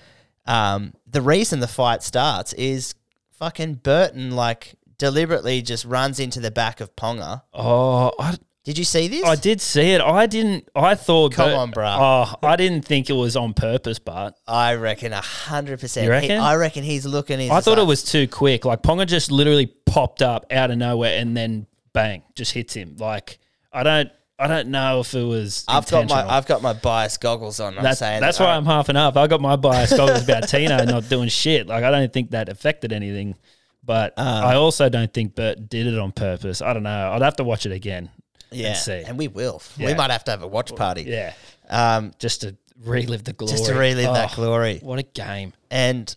um, the reason the fight starts is fucking Burton like deliberately just runs into the back of Ponga.
Oh, I,
Did you see this?
I did see it. I didn't. I thought.
Come
but-
on, bruh.
Oh, I didn't think it was on purpose, but
I reckon hundred percent.
You reckon?
I reckon he's looking. He's
I
just
thought
like,
it was too quick. Like Ponga just literally popped up out of nowhere and then bang, just hits him. Like I don't. I don't know if it was.
I've got my
intentional.
I've got my bias goggles on. I'm
that's
saying uh,
that's
that,
why
I-
I'm half and half. I got my bias goggles about Tino (laughs) not doing shit. Like I don't think that affected anything, but
Ah.
I also don't think Bert did it on purpose. I don't know. I'd have to watch it again.
yeah,
see.
and we will.
Yeah.
We might have to have a watch party.
Yeah,
Um,
just to relive the glory.
just to relive that
Oh,
glory.
What a game!
And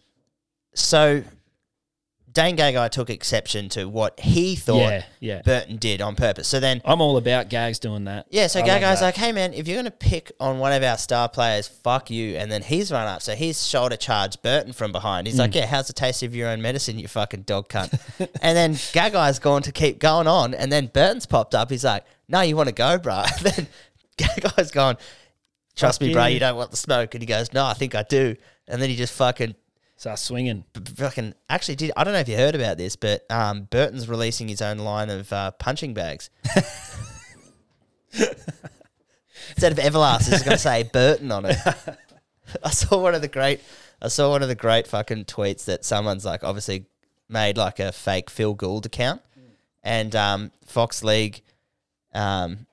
so Dane Gagai took exception to what he thought
Yeah, yeah.
Burton did on purpose. So then
I'm all about Gags doing that.
Yeah, so
I love
Gagai's
that.
like, hey man, if you're gonna pick on one of our star players, fuck you. And then he's run up, so he's shoulder charged Burton from behind. He's
Mm.
like, yeah, how's the taste of your own medicine, you fucking dog cunt? (laughs) and then Gagai's gone to keep going on, and then Burton's popped up. He's like, no, you want to go, bruh? (laughs) And then Gagai's gone, trust
Fuck
me, bruh,
you.
you don't want the smoke. And he goes, no, I think I do. And then he just fucking
starts swinging.
fucking actually did. I don't know if you heard about this, but um, Burton's releasing his own line of uh, punching bags. Instead of Everlast, it's going to say Burton on it. (laughs) I saw one of the great. I saw one of the great fucking tweets that someone's like obviously made like a fake Phil Gould account, and um, Fox League, um,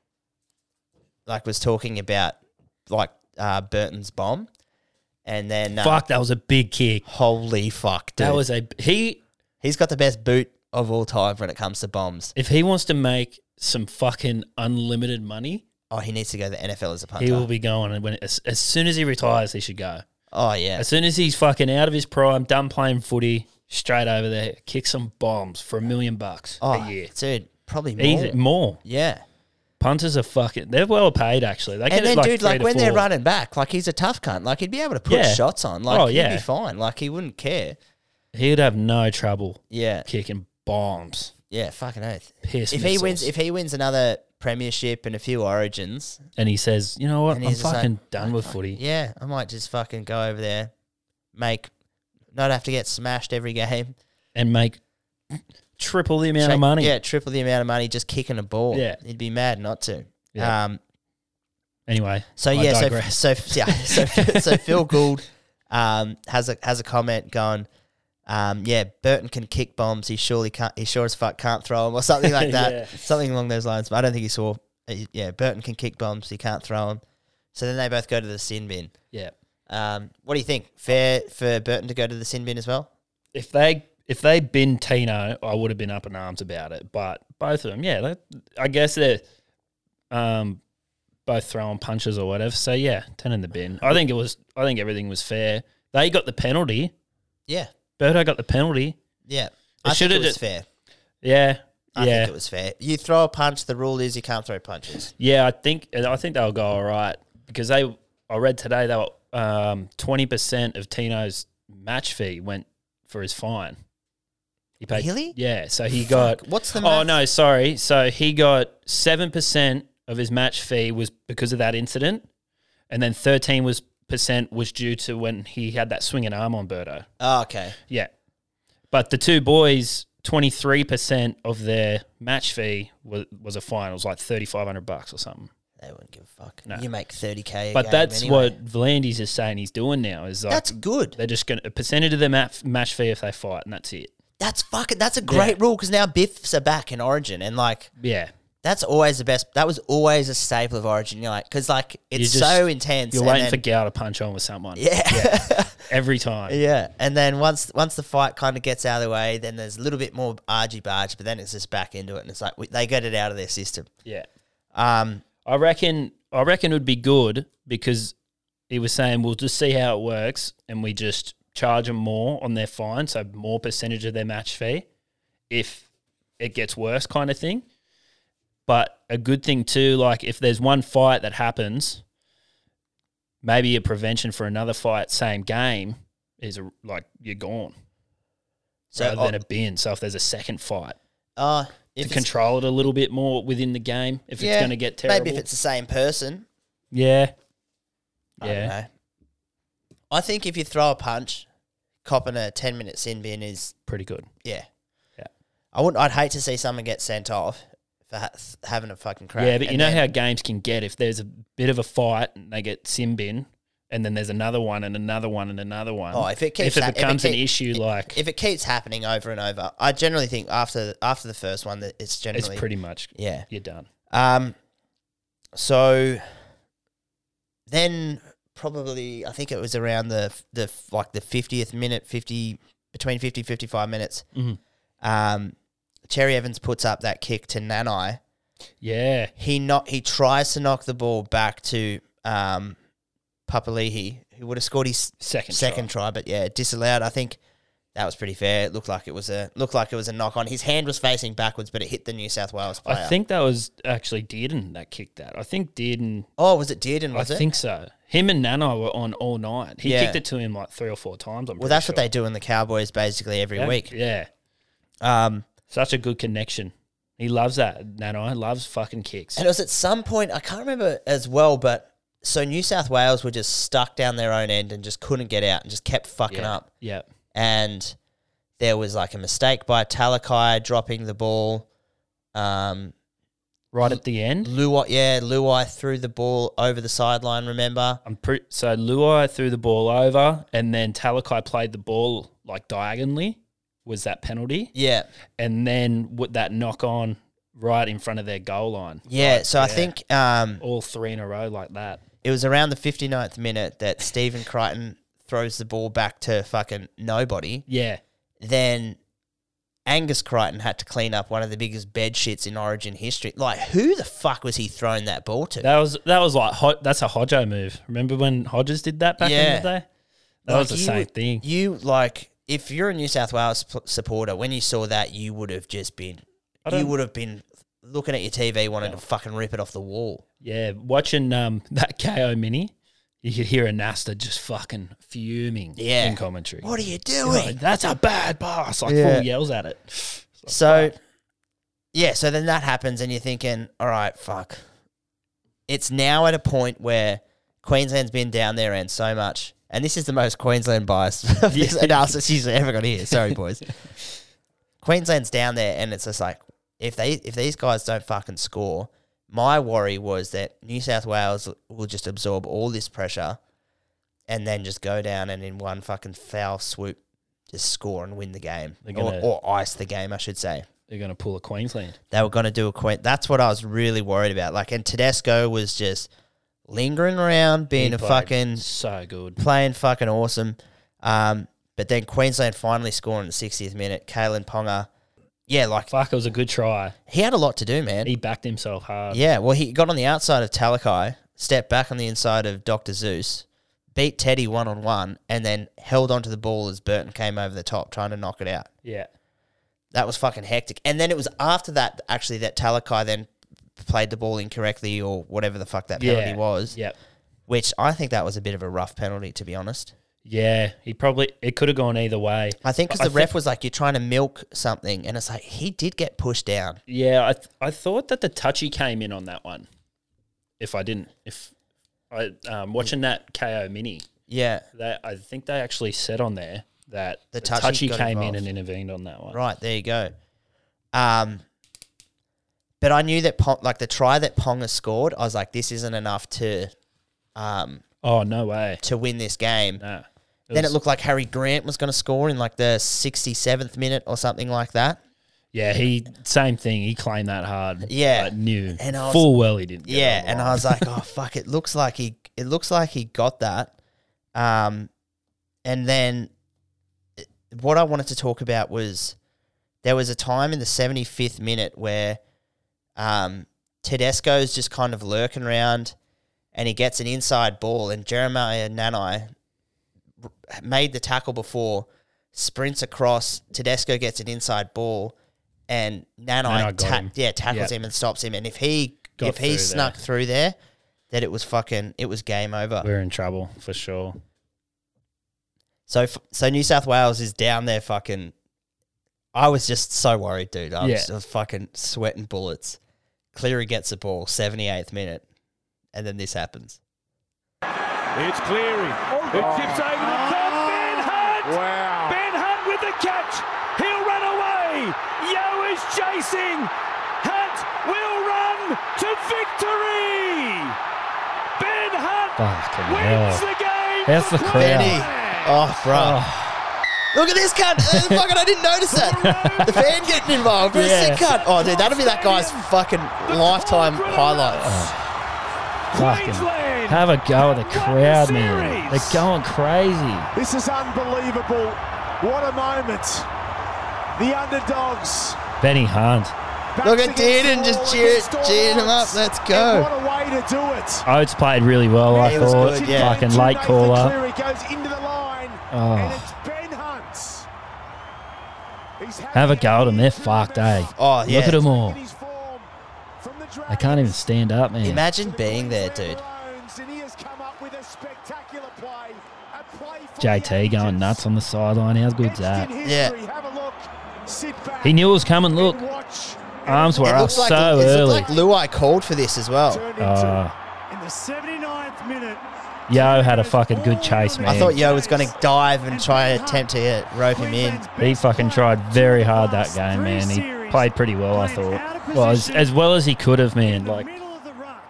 like was talking about like uh, Burton's bomb, and then uh,
Fuck, that was a big kick.
holy fuck, dude.
That was a he.
He's got the best boot of all time when it comes to bombs.
If he wants to make some fucking unlimited money,
Oh, he needs to go to the NFL as a punter.
he will be going. And when as, as soon as he retires, he should go.
oh yeah,
As soon as he's fucking out of his prime, done playing footy, straight over there, kick some bombs for a million bucks
oh
a year.
dude, probably more.
Easy, more
Yeah,
punters are fucking. They're well paid actually. They get
and then
like
dude,
three
like
to
when they they're
four.
running back, like he's a tough cunt. Like he'd be able to put
Yeah.
shots on. Like
Oh,
he'd
yeah.
be fine. Like he wouldn't care.
he'd have no trouble
Yeah,
kicking bombs.
yeah, fucking oath.
Piss
if he wins, if he wins another premiership and a few origins,
and he says, you know what,
and
I'm
he's just
fucking
like,
done
"Oh,
with
fuck,
footy.
Yeah, I might just fucking go over there, make, not have to get smashed every game.
and make triple the amount
Shake-
of money.
Yeah, triple the amount of money just kicking a ball.
Yeah.
he'd be mad not to.
Yeah.
Um.
Anyway,
So
I
yeah.
digress.
So so yeah.
(laughs)
So (laughs) so Phil Gould um has a has a comment going. Um, yeah, Burton can kick bombs. He surely can't. He sure as fuck can't throw them, or something
(laughs)
like that.
Yeah.
Something along those lines. But I don't think he saw. uh, Yeah, Burton can kick bombs. He can't throw them. So then they both go to the sin bin.
yeah.
Um, what do you think? Fair for Burton to go to the sin bin as well?
If they if they'd been Tino, I would have been up in arms about it. But both of them, yeah, that, I guess they're um, both throwing punches or whatever. So yeah, ten in the bin. I think it was. I think everything was fair. They got the penalty.
Yeah,
Berto got the penalty.
yeah. I think
should've
it was
d-
fair.
Yeah,
I
yeah,
think it was fair. You throw a punch. The rule is you can't throw punches.
yeah. I think and I think they'll go all right because they. I read today they were um, twenty percent of Tino's match fee went for his fine. He paid
Really?
Yeah, so he got.
What's the?
Oh
math?
no, sorry. So he got seven percent of his match fee was because of that incident, and then thirteen was percent was due to when he had that swinging arm on Birdo.
Oh, okay.
Yeah, but the two boys, twenty three percent of their match fee was was a fine. It was like thirty five hundred bucks or something.
They wouldn't give a fuck.
No.
You make thirty k.
But that's what Vlandis is saying he's doing now. Is like
That's good.
they're just going to a percentage of their mat, match fee if they fight, and that's it.
That's fucking. That's a great rule because now Biffs are back in Origin, and like
Yeah,
that's always the best. That was always a staple of Origin. You're like, because like it's
just-
so intense.
you're
and
waiting for
then-
Gao to punch on with someone
yeah. (laughs)
every time.
Yeah, and then once once the fight kind of gets out of the way, then there's a little bit more argy bargy, but then it's just back into it, and it's like we, they get it out of their system.
Yeah.
Um,
I reckon I reckon it would be good because he was saying we'll just see how it works and we just charge them more on their fine, so more percentage of their match fee if it gets worse kind of thing. But a good thing too, like if there's one fight that happens, maybe a prevention for another fight, same game is a, like you're gone
so
rather
oh,
than a bin. So if there's a second fight,
uh,
to
if it's,
control it a little bit more within the game if
Yeah,
it's going to get terrible.
maybe if it's the same person,
yeah,
I don't know. I think if you throw a punch, copping a ten minute sin bin is
pretty good.
yeah.
Yeah.
I wouldn't. I'd hate to see someone get sent off for ha- having a fucking crack.
Yeah, but you
And
know
then-
how games can get if there's a bit of a fight and they get sim bin, and then there's another one and another one and another one.
Oh, if it keeps
if
hap-
it
if it
becomes an
keep-
issue, like
if it keeps happening over and over, I generally think after after the first one that it's generally
it's pretty much
yeah.
you're done.
Um, so then probably I think it was around the the like the fiftieth minute, fifty between 50 55 minutes.
Mhm.
Um, Cherry Evans puts up that kick to Nanai.
Yeah,
He not he tries to knock the ball back to um, Papalihi, who would have scored his
second,
second
try.
try. but yeah, disallowed. I think That was pretty fair. It looked like it was a looked like it was a knock on. His hand was facing backwards, but it hit the New South Wales player.
I think that was actually Dearden that kicked that. I think Dearden.
Oh, was it Dearden? Was
I
it?
think so. Him and Nana were on all night. He
Yeah.
kicked it to him like three or four times. I'm
well, that's what they do in the Cowboys basically every week.
Yeah,
Um,
such a good connection. He loves that. Nana loves fucking kicks.
And it was at some point, I can't remember as well, but so New South Wales were just stuck down their own end and just couldn't get out and just kept fucking
yeah.
up.
Yeah,
And there was like a mistake by Talakai dropping the ball. Um,
right at the end.
Luai, yeah, Luai threw the ball over the sideline, remember?
I'm pretty so Luai threw the ball over, and then Talakai played the ball like diagonally. Was that penalty?
Yeah.
And then with that knock on right in front of their goal line,
Yeah. so I think um,
all three in a row like that.
it was around the 59th minute that Stephen Crichton throws the ball back to fucking nobody.
Yeah,
then Angus Crichton had to clean up one of the biggest bed shits in Origin history. Like, who the fuck was he throwing that ball to?
that was that was like hot. That's a Hodjo move. Remember when Hodges did that back
Yeah.
in the day? That
Like,
was the
you
same
would-
thing.
You like, if you're a New South Wales p- supporter, when you saw that, you would have just been, you
don't-
would have been looking at your TV, wanting to fucking rip it off the wall.
Yeah, watching um (laughs) that KO mini, you could hear Anasta just fucking fuming
Yeah.
in commentary.
What are you
Like,
doing?
that's a bad pass. Like
Yeah.
full yells at it.
So, yeah, so then that happens, and you're thinking, all right, fuck. It's now at a point where Queensland's been down their end so much, and this is the most Queensland bias (laughs) of this
Yeah.
analysis you've ever got to hear.
(laughs)
Sorry, boys. Queensland's down there, and it's just like if they if these guys don't fucking score, my worry was that New South Wales will just absorb all this pressure, and then just go down and in one fucking foul swoop, just score and win the game,
They're
or,
gonna-
or ice the game, I should say
They're gonna pull a Queensland.
they were going to do a Queen. That's what I was really worried about. Like, and Tedesco was just lingering around, being
He
a
played
fucking
so good.
playing fucking awesome. Um, but then Queensland finally scoring in the 60th minute. Kalen Ponga, yeah, like
Fuck, it was a good try.
he had a lot to do, man.
He backed himself hard.
yeah, well, he got on the outside of Talakai, stepped back on the inside of Doctor Zeus, beat Teddy one on one, and then held onto the ball as Burton came over the top trying to knock it out.
Yeah,
That was fucking hectic. And then it was after that, actually, that Talakai then played the ball incorrectly or whatever the fuck that
yeah.
penalty was,
Yep.
which I think that was a bit of a rough penalty, to be honest.
Yeah, he probably it could have gone either way.
I think because
I
the ref was like, you're trying to milk something. And it's like, he did get pushed down.
Yeah, I th- I thought that the touchy came in on that one. If I didn't, if I um, watching that KO mini,
Yeah.
that I think they actually said on there that
The
the,
touchy
touchy,
got
came
involved.
in and intervened on that one.
Right. There you go. Um, but I knew that, Pong, like, the try that Ponga scored, I was like, this isn't enough to um,
Oh no way!
to win this game.
No.
then it
was-
looked like Harry Grant was going to score in, like, the 67th minute or something like that.
Yeah, he same thing. He claimed that hard.
Yeah.
like, knew
And I was-
full well he didn't. get
yeah,
on the
and I
line.
was like,
(laughs)
oh fuck, it looks like he it looks like he got that. Um, and then it- what I wanted to talk about was there was a time in the 75th minute where um, Tedesco's just kind of lurking around and he gets an inside ball and Jeremiah Nanai r- made the tackle before, sprints across, Tedesco gets an inside ball and Nanai
Nanai got
ta-
him.
yeah, tackles
Yep.
him and stops him and if he
Got
if he
through there.
snuck through there, that it was fucking it was game over.
we're in trouble for sure.
So f- so New South Wales is down there fucking. I was just so worried, dude. I was,
Yeah.
I was fucking sweating bullets. Cleary gets the ball, seventy eighth minute, and then this happens.
It's Cleary who
Oh.
tips over the top.
Ah.
Ben Hunt!
Wow.
Ben Hunt with the catch. He'll run away. Yo is chasing. Hunt will run to victory. Ben Hunt
Fucking
wins
hell.
the game.
That's
for
the
Benny.
Queensland.
uh,
Oh, bro. Look at this cunt. Uh,
(laughs)
fucking, I didn't notice that. The fan getting involved. What a
Yeah.
sick cunt. Oh, dude, that'll be that guy's fucking lifetime highlight.
Oh. Fucking
Queensland.
have a go at the crowd, man.
series.
They're going crazy.
This is unbelievable. What a moment. The underdogs.
Benny Hunt.
backs
Look at
against
Dearden
the
just
wall
cheer-
against all
cheering him up.
odds.
Let's go.
And what a way to do it.
Oates played really well, Oh, I
He was
thought.
good, yeah.
Fucking late
Nathan
caller.
Cleary goes into the line,
Oh.
and it's Ben Hunt.
Have a go at them. They're fucked, eh?
Oh, yeah.
Look at them all. They can't even stand up, man.
Imagine being there, dude.
JT going nuts on the sideline. How good's that?
Yeah.
He knew it was coming. Look, arms were up so early.
It looked like Luai called for this as well.
Uh,
In the 79th minute,
Yo had a fucking good chase, man.
I thought Yo was going to dive and try to attempt to hit, rope him in.
He fucking tried very hard that game, man. He played pretty well, I thought. Well, as, as well as he could have, man. Like,
middle of the ruck.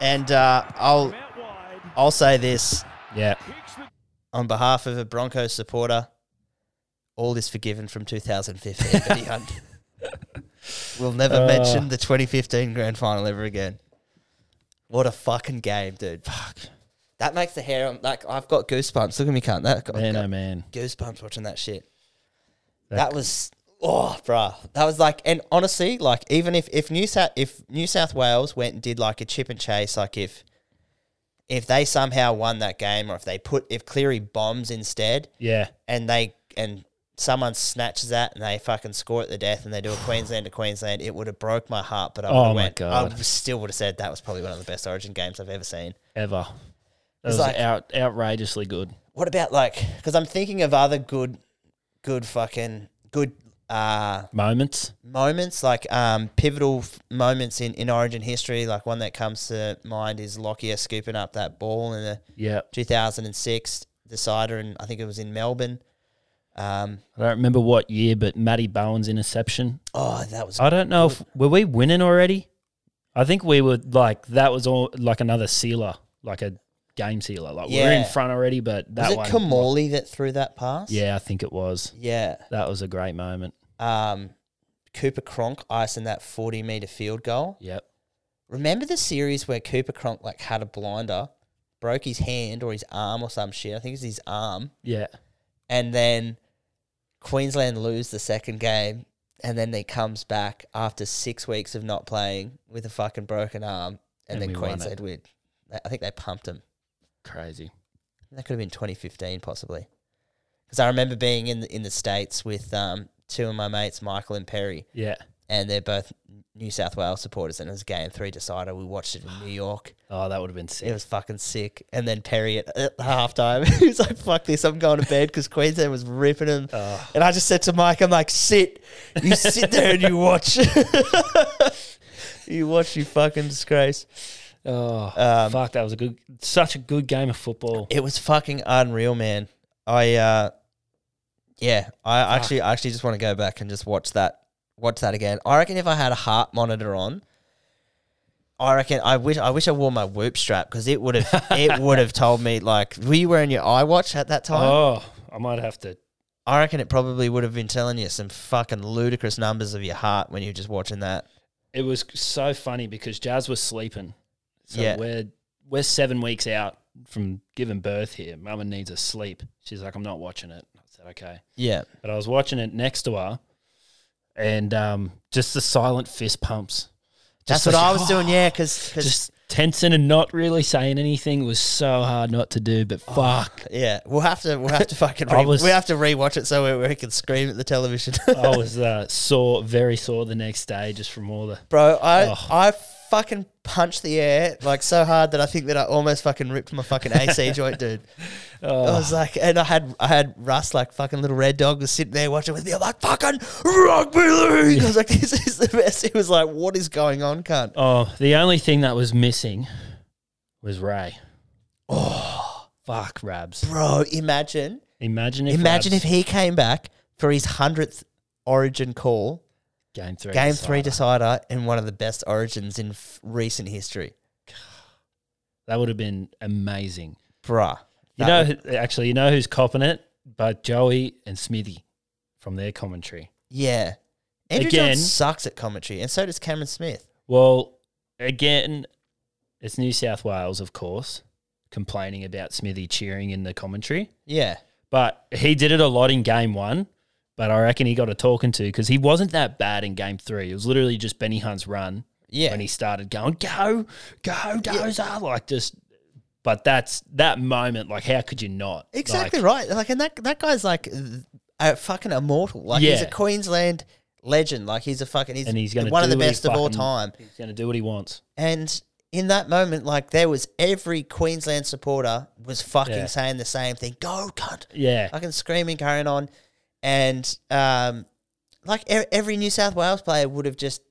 And uh, I'll
Out wide.
I'll say this
yeah,
on behalf of a Broncos supporter: all is forgiven from 2015 and (laughs) beyond. we'll never
Uh.
mention the 2015 Grand Final ever again. What a fucking game, dude! Fuck. That makes the hair on. Like I've got goosebumps. Look at me, cunt. That got,
man,
got
oh man.
goosebumps watching that shit. That was oh, bruh. That was like, and honestly, like even if if New South if New South Wales went and did like a chip and chase, like if if they somehow won that game, or if they put if Cleary bombs instead,
Yeah,
and they and someone snatches that and they fucking score at the death and they do a Queensland to Queensland, it would have broke my heart. But I would
Oh
have
my
went, I
God.
still would have said that was probably one of the best Origin games I've ever seen.
ever. That
It's
was
like-
out, outrageously good.
What about like? Because I'm thinking of other good, good fucking good. uh
Moments.
moments, like um, pivotal f- moments in, in Origin history. Like one that comes to mind is Lockyer scooping up that ball in the
Yeah.
2006 decider, and I think it was in Melbourne. Um,
I don't remember what year, but Matty Bowen's interception.
oh, that was
I don't know if were we winning already. I think we were like that was all like another sealer, like a game sealer. Like we we're in
Yeah.
front already, but that
was it
one.
Kamali that threw that pass?
yeah, I think it was.
yeah.
That was a great moment.
Um, Cooper Cronk icing that 40 meter field goal.
Yep.
Remember the series where Cooper Cronk like had a blinder, broke his hand or his arm or some shit. I think it was his arm.
Yeah.
and then Queensland lose the second game, and then they comes back after six weeks of not playing with a fucking broken arm, and,
And
then
we won
Queensland win. They- I think they pumped them.
Crazy.
That could have been 2015 possibly, because I remember being in the, in the states with um, two of my mates, Michael and Perry,
Yeah.
and they're both New South Wales supporters, and it was a game three decider. We watched it in New York.
Oh, that would have been
It
sick.
was fucking sick. And then Perry at, at halftime, (laughs) he was like, fuck this, I'm going to bed because Queensland was ripping him. And I just said to Mike, I'm like, sit. You sit there and you watch. (laughs) you watch, you fucking disgrace.
Oh,
Um,
fuck! That was a good, such a good game of football.
It was fucking unreal, man. I, uh, yeah, I actually, I actually just want to go back and just watch that, watch that again. I reckon if I had a heart monitor on, I reckon I wish I wish I wore my whoop strap because it would
(laughs)
have it would have told me like were you wearing your eye watch at that time?
Oh, I might have to.
I reckon it probably would have been telling you some fucking ludicrous numbers of your heart when you're just watching that.
It was so funny because Jazz was sleeping. So
Yeah.
we're we're seven weeks out from giving birth here. Mama needs a sleep. She's like, I'm not watching it. I said, okay.
Yeah,
But I was watching it next to her, and um, just the silent fist pumps.
that's
Just
what
like,
I was
(gasps)
doing. Yeah,
(laughs)
because
Just tensing and not really saying anything was so hard not to do. But
Oh.
fuck,
yeah, we'll have to we'll have to fucking
(laughs) I
re-
was-
we have to rewatch it so we, we can scream at the television, (laughs)
I was uh, sore, very sore the next day just from all the.
bro. I
Oh.
I fucking punched the air like so hard that I think that I almost fucking ripped my fucking
(laughs)
AC joint, dude. I was like, and I had I had Russ like fucking little red dog was sitting there watching with me. I'm like fucking rugby league. I was like, this is the best. He was like, what is going on, cunt?
Oh, the only thing that was missing was Ray. Oh, fuck, Rabs.
Bro, imagine,
Imagine if
imagine
Rabs-
if he came back for his hundredth Origin call,
game three,
game
decider.
three decider, in one of the best Origins in f- recent history,
that would have been amazing.
bruh.
You
That
know,
would-
who- actually, you know who's copping it? But Joey and Smithy from their commentary.
yeah. Andrew John
Again-
sucks at commentary, and so does Cameron Smith.
Well, again, it's New South Wales, of course, complaining about Smithy cheering in the commentary.
Yeah,
But he did it a lot in game one. But I reckon he got a talking to because he wasn't that bad in game three. It was literally just Benny Hunt's run
yeah.
when he started going, go, go, dozer. Like just, but that's that moment. Like, how could you not?
Exactly
Like,
right. Like, and that that guy's like a fucking immortal. Like he's
Yeah.
a Queensland legend. Like he's a fucking he's,
and he's going to
one
do
of the
what he
best of all
fucking-
time.
He's going to do what he wants.
And in that moment, like there was every Queensland supporter was fucking
Yeah.
saying the same thing. Go cunt.
Yeah,
Fucking screaming, carrying on. And um like e- every New South Wales player would have just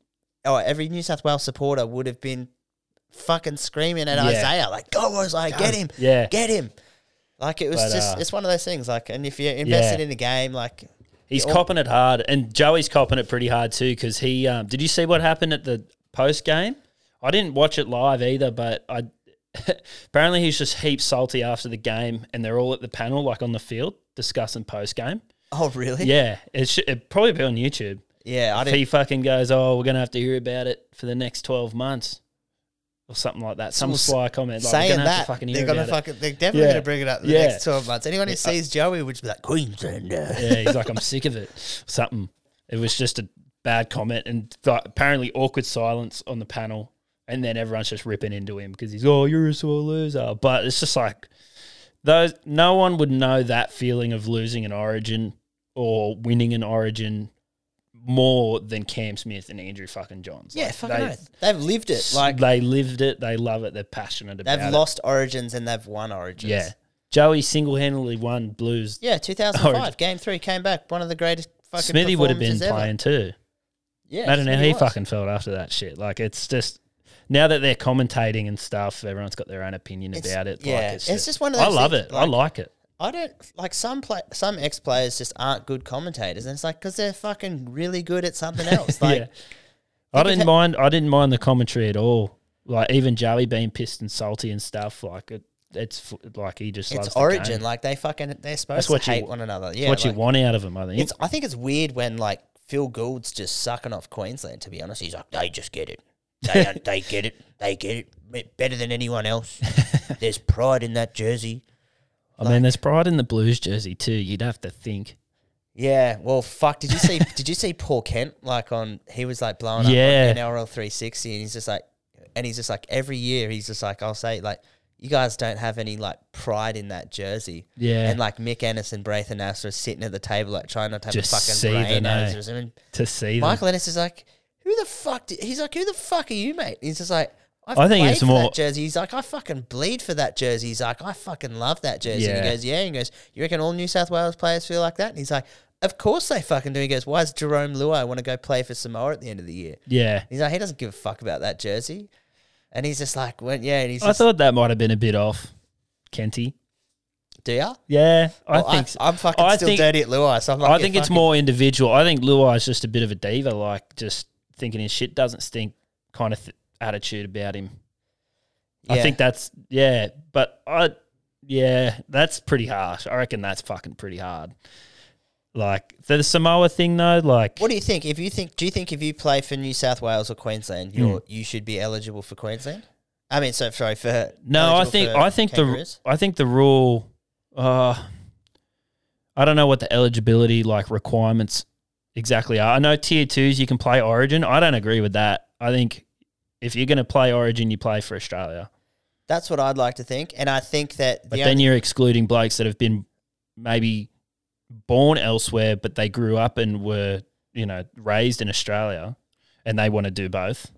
or every New South Wales supporter would have been fucking screaming at
Yeah.
Isaiah, like, go Isaiah, get him.
Yeah.
Get him. Like it was
But,
just
uh,
it's one of those things, like and if you're invested in a game, like
he's
Yeah, all-
copping it hard, and Joey's copping it pretty hard too. Because he, um, did you see what happened at the post game? I didn't watch it live either, but I (laughs) apparently he's just heaps salty after the game, and they're all at the panel, like on the field, discussing post game.
Oh really?
Yeah, it should it'd probably be on YouTube.
Yeah, I
If
didn't
he fucking goes, oh, we're gonna have to hear about it for the next twelve months, or something like that. Some
Well, s-
sly comment. Like, we're
saying
gonna have
that
to fucking hear
they're gonna
about it.
fucking they're definitely
Yeah.
gonna bring it up in the
Yeah.
next twelve months. Anyone who sees Joey would be like uh, Queenslander.
Yeah, he's like, I'm sick of it. Something. It was just a bad comment and th- apparently awkward silence on the panel. And then everyone's just ripping into him because he's, oh, you're a sore loser. But it's just like, those, no one would know that feeling of losing an origin or winning an origin more than Cam Smith and Andrew fucking Johns.
Yeah,
Like,
fucking they, oath. They've lived it.
s-
Like
they lived it. They love it. They're passionate about
they've
it.
lost origins and they've won origins.
Yeah. Joey single handedly won Blues.
Yeah, 2005,
Origin.
game three came back. One of the greatest fucking
Smithy would have been
performances ever.
playing too.
Yeah,
Imagine how
Smithy
he
was.
fucking felt after that shit. Like it's just now that they're commentating and stuff, everyone's got their own opinion
It's-
about it.
yeah,
like, it's,
it's
just,
just one of
I
those
love
things,
it. I
like-
like it.
I don't like some play, some ex players just aren't good commentators, and it's like because they're fucking really good at
(laughs)
something else. Like
yeah, I
could
didn't
ha-
mind. I didn't mind the commentary at all. Like even Joey being pissed and salty and stuff. Like it, it's f- like he just loves
it's
the
origin.
game.
Like they fucking they're supposed
That's what
to
you-
hate one another. Yeah,
It's what
like,
you want out of him. I think.
It's I think it's weird when like Phil Gould's just sucking off Queensland. To be honest, he's like they just get it.
(laughs)
They un- they get it. They get it Me- better than anyone else. There's pride in that jersey.
I mean, there's pride in the Blues jersey too. You'd have to think.
Yeah, well, fuck. Did you
(laughs)
see? did you see Paul Kent? Like on, he was like blowing
Yeah.
up on NRL 360, and he's just like, and he's just like every year, he's just like, I'll say like, you guys don't have any like pride in that jersey.
Yeah.
And like Mick Ennis and Braithen Astor are sitting at the table, like trying not to have
Just
a fucking
seething,
brain
eh?
over us. I mean,
To see them.
Michael Ennis is like, who the fuck? Did, he's like, who the fuck are you, mate? He's just like. I've
I think
played
it's
for
more-
that jersey. He's like, I fucking bleed for that jersey. He's like, I fucking love that jersey. And
Yeah.
he goes, yeah. And he goes, you reckon all New South Wales players feel like that? And he's like, of course they fucking do. He goes, why does Jerome Luai want to go play for Samoa at the end of the year?
yeah,
He's like, he doesn't give a fuck about that jersey. And he's just like, well, yeah. And he's
I
just,
thought that might have been a bit off, Kenty.
do ya?
Yeah, I
Well,
think so.
I, am fucking
I
still
think-
dirty at Luai. So I'm like,
I
yeah,
think it's
fucking-
more individual. I think Luai is just a bit of a diva, like just thinking his shit doesn't stink kind of th- attitude about him. I
Yeah.
think that's yeah, but I yeah, that's pretty harsh. I reckon that's fucking pretty hard. Like the Samoa thing though, like
What do you think? If you think, do you think if you play for New South Wales or
Hmm.
Queensland, you are you should be eligible for Queensland? I mean, so sorry for
no, I
eligible
think
for
I think
Kangaroos?
the I think the rule uh I don't know what the eligibility like requirements exactly are. I know tier twos you can play Origin. I don't agree with that. I think if you're going to play Origin, you play for Australia.
that's what I'd like to think, and I think that
But
the
then
only,
you're excluding blokes that have been maybe born elsewhere, but they grew up and were you know raised in Australia, and they want to do both.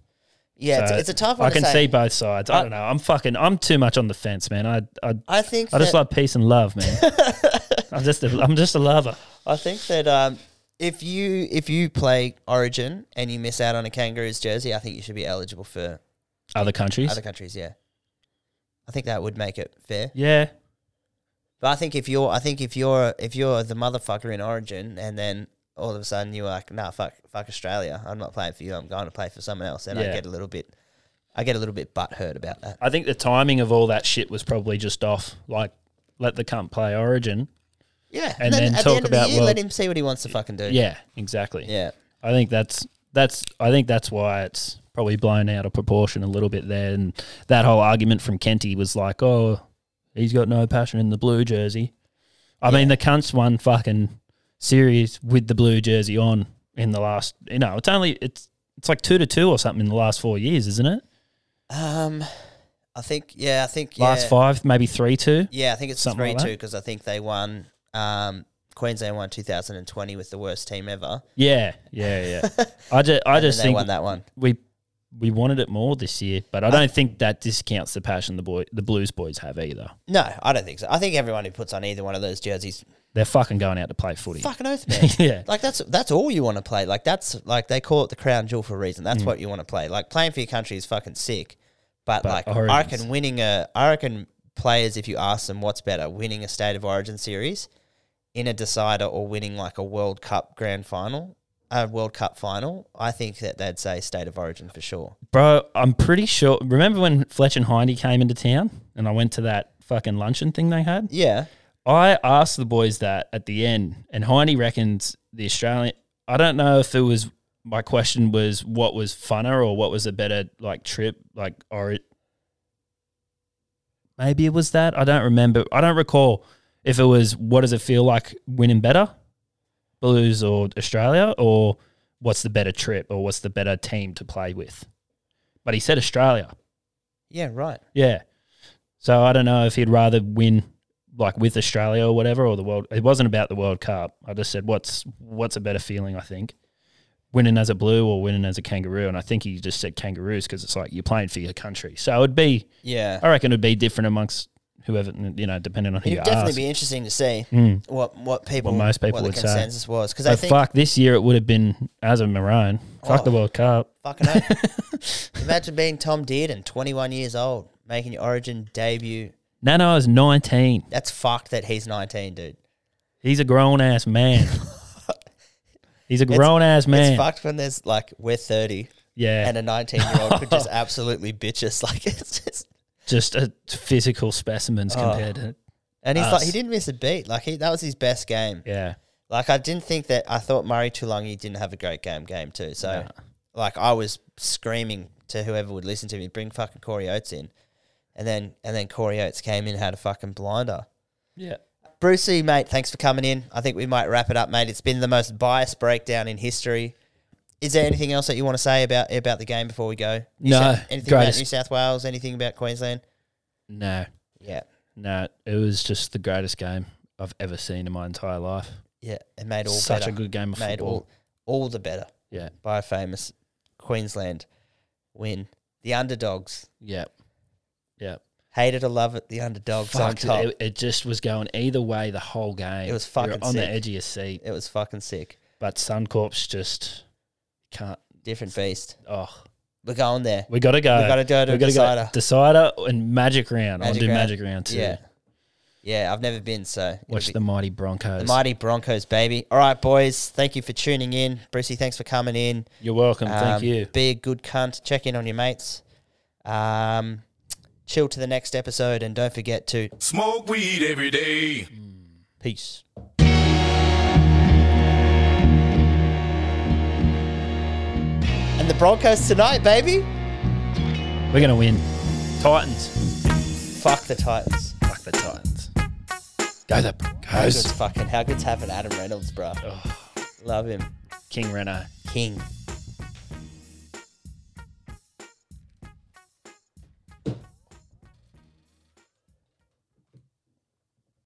yeah,
So
it's, it's a tough one.
I can
to say. Uh,
see both sides. I,
I-
don't know. I'm fucking. I'm too much on the fence, man. I I,
I think
I just
that-
love peace and love, man.
(laughs)
I'm just a, I'm just a lover.
I think that um, if you if you play Origin and you miss out on a Kangaroos jersey, I think you should be eligible for
Other countries,
other countries. Yeah, I think that would make it fair.
yeah,
But I think if you're, I think if you're, if you're the motherfucker in Origin, and then all of a sudden you're like, nah, fuck, fuck Australia. I'm not playing for you. I'm going to play for someone else. And I
Yeah.
get a little bit, I get a little bit butthurt about that.
I think the timing of all that shit was probably just off. Like, let the cunt play Origin.
Yeah.
And
at
then talk
the end of
about,
the year,
well-
let him see what he wants to fucking do.
Yeah, exactly.
Yeah.
I think that's that's I think that's why it's probably blown out of proportion a little bit there. And that whole argument from Kenty was like, oh, he's got no passion in the blue jersey. I mean, the cunts won fucking series with the blue jersey on in the last. You know, it's only it's it's like two to two or something in the last four years, isn't it?
Um, I think, yeah, I think, yeah.
Last five, maybe three two.
Yeah, I think it's
Something
three
like
two
that.
because I think they won. Um, Queensland won 2020 with the worst team ever.
Yeah, yeah,
(laughs)
yeah. I just, I just
they
think
won that one.
we we wanted it more this year, but I don't think that discounts the passion the boy the Blues boys have either.
No, I don't think so. I think everyone who puts on either one of those jerseys,
They're fucking going out to play footy.
fucking
(laughs)
oath, man.
Yeah.
like that's that's all you want to play. Like that's like they call it the crown jewel for a reason.
Mm.
That's what you want to play. Like playing for your country is fucking sick, but, like I
Origins.
reckon winning a I reckon players if you ask them what's better, winning a state of origin series in a decider or winning like a World Cup grand final, a World Cup final, I think that they'd say state of origin for sure.
Bro, I'm pretty sure. Remember when Fletch and Hindy came into town and I went to that fucking luncheon thing they had?
Yeah.
I asked the boys that at the end, and Heine reckons the Australian. I don't know if it was my question was what was funner or what was a better like trip, like or it. Maybe it was that I don't remember. I don't recall if it was what does it feel like winning better, Blues or Australia, or what's the better trip or what's the better team to play with. But he said Australia.
Yeah, right.
Yeah. So I don't know if he'd rather win like with Australia or whatever or the world. It wasn't about the World Cup. I just said what's what's a better feeling. I think winning as a blue or winning as a kangaroo. And I think he just said kangaroos because it's like you're playing for your country. So it'd be
Yeah.
I reckon it'd be different amongst whoever you know depending on who
It'd
you
definitely
ask. Mm.
be interesting to see what what people
What most people
the
would say.
consensus was because I
but
think Oh.
fuck, this year it would have been as a maroon. Fuck the World Cup.
Fucking
(laughs)
oath. Imagine being Tom Dearden, 21 years old, making your origin debut.
Nano is 19.
That's fucked that he's 19, dude.
He's a grown
(laughs)
ass man. He's a grown ass man.
It's fucked when there's like, we're 30
yeah.
and a 19 year old could
(laughs)
just absolutely bitch us. (laughs) Like, it's just.
just a physical specimens
Ah.
compared to
And he's
Us.
like, he didn't miss a beat. Like, he, that was his best game.
yeah
Like, I didn't think that. I thought Murray Tulangi didn't have a great game, game too. So, like, I was screaming to whoever would listen to me, bring fucking Corey Oates in. And then, and then Corey Oates came in and had a fucking blinder.
yeah
Brucey, E, mate, thanks for coming in. I think we might wrap it up, mate. It's been the most biased breakdown in history. Is there anything else that you want to say about about the game before we go? New
No.
South- anything about
Greatest-
New South Wales? Anything about Queensland?
no
Yeah.
no it was just the greatest game I've ever seen in my entire life
Yeah. It made all
such
better.
a good game of
made
football
all all the better
yeah
by a famous Queensland win. The underdogs.
yeah yeah
Hated to love it, the underdogs on
Fuck,
top.
it, it just was going either way the whole game
It was
You were
fucking
on the
sick.
edge of your seat
it was fucking sick.
but Suncorp's just can't
Different beast.
oh
We're going there.
we gotta go
We gotta go to
We gotta
decider.
decider and magic round
Magic
I'll do
round.
magic round too
Yeah. Yeah, I've never been, so it'll
watch
be-
the mighty Broncos
The mighty Broncos, baby. All right, boys. Thank you for tuning in. Brucey, thanks for coming in.
you're welcome
Um,
thank you
Be a good cunt. Check in on your mates. Um, chill to the next episode, and don't forget to
Smoke weed every day.
peace. And the Broncos tonight, baby.
we're gonna win Titans
Fuck the Titans.
fuck the Titans go
How
the Broncos
good's fucking how good's having Adam Reynolds, bruh. Love him,
King Renault.
King.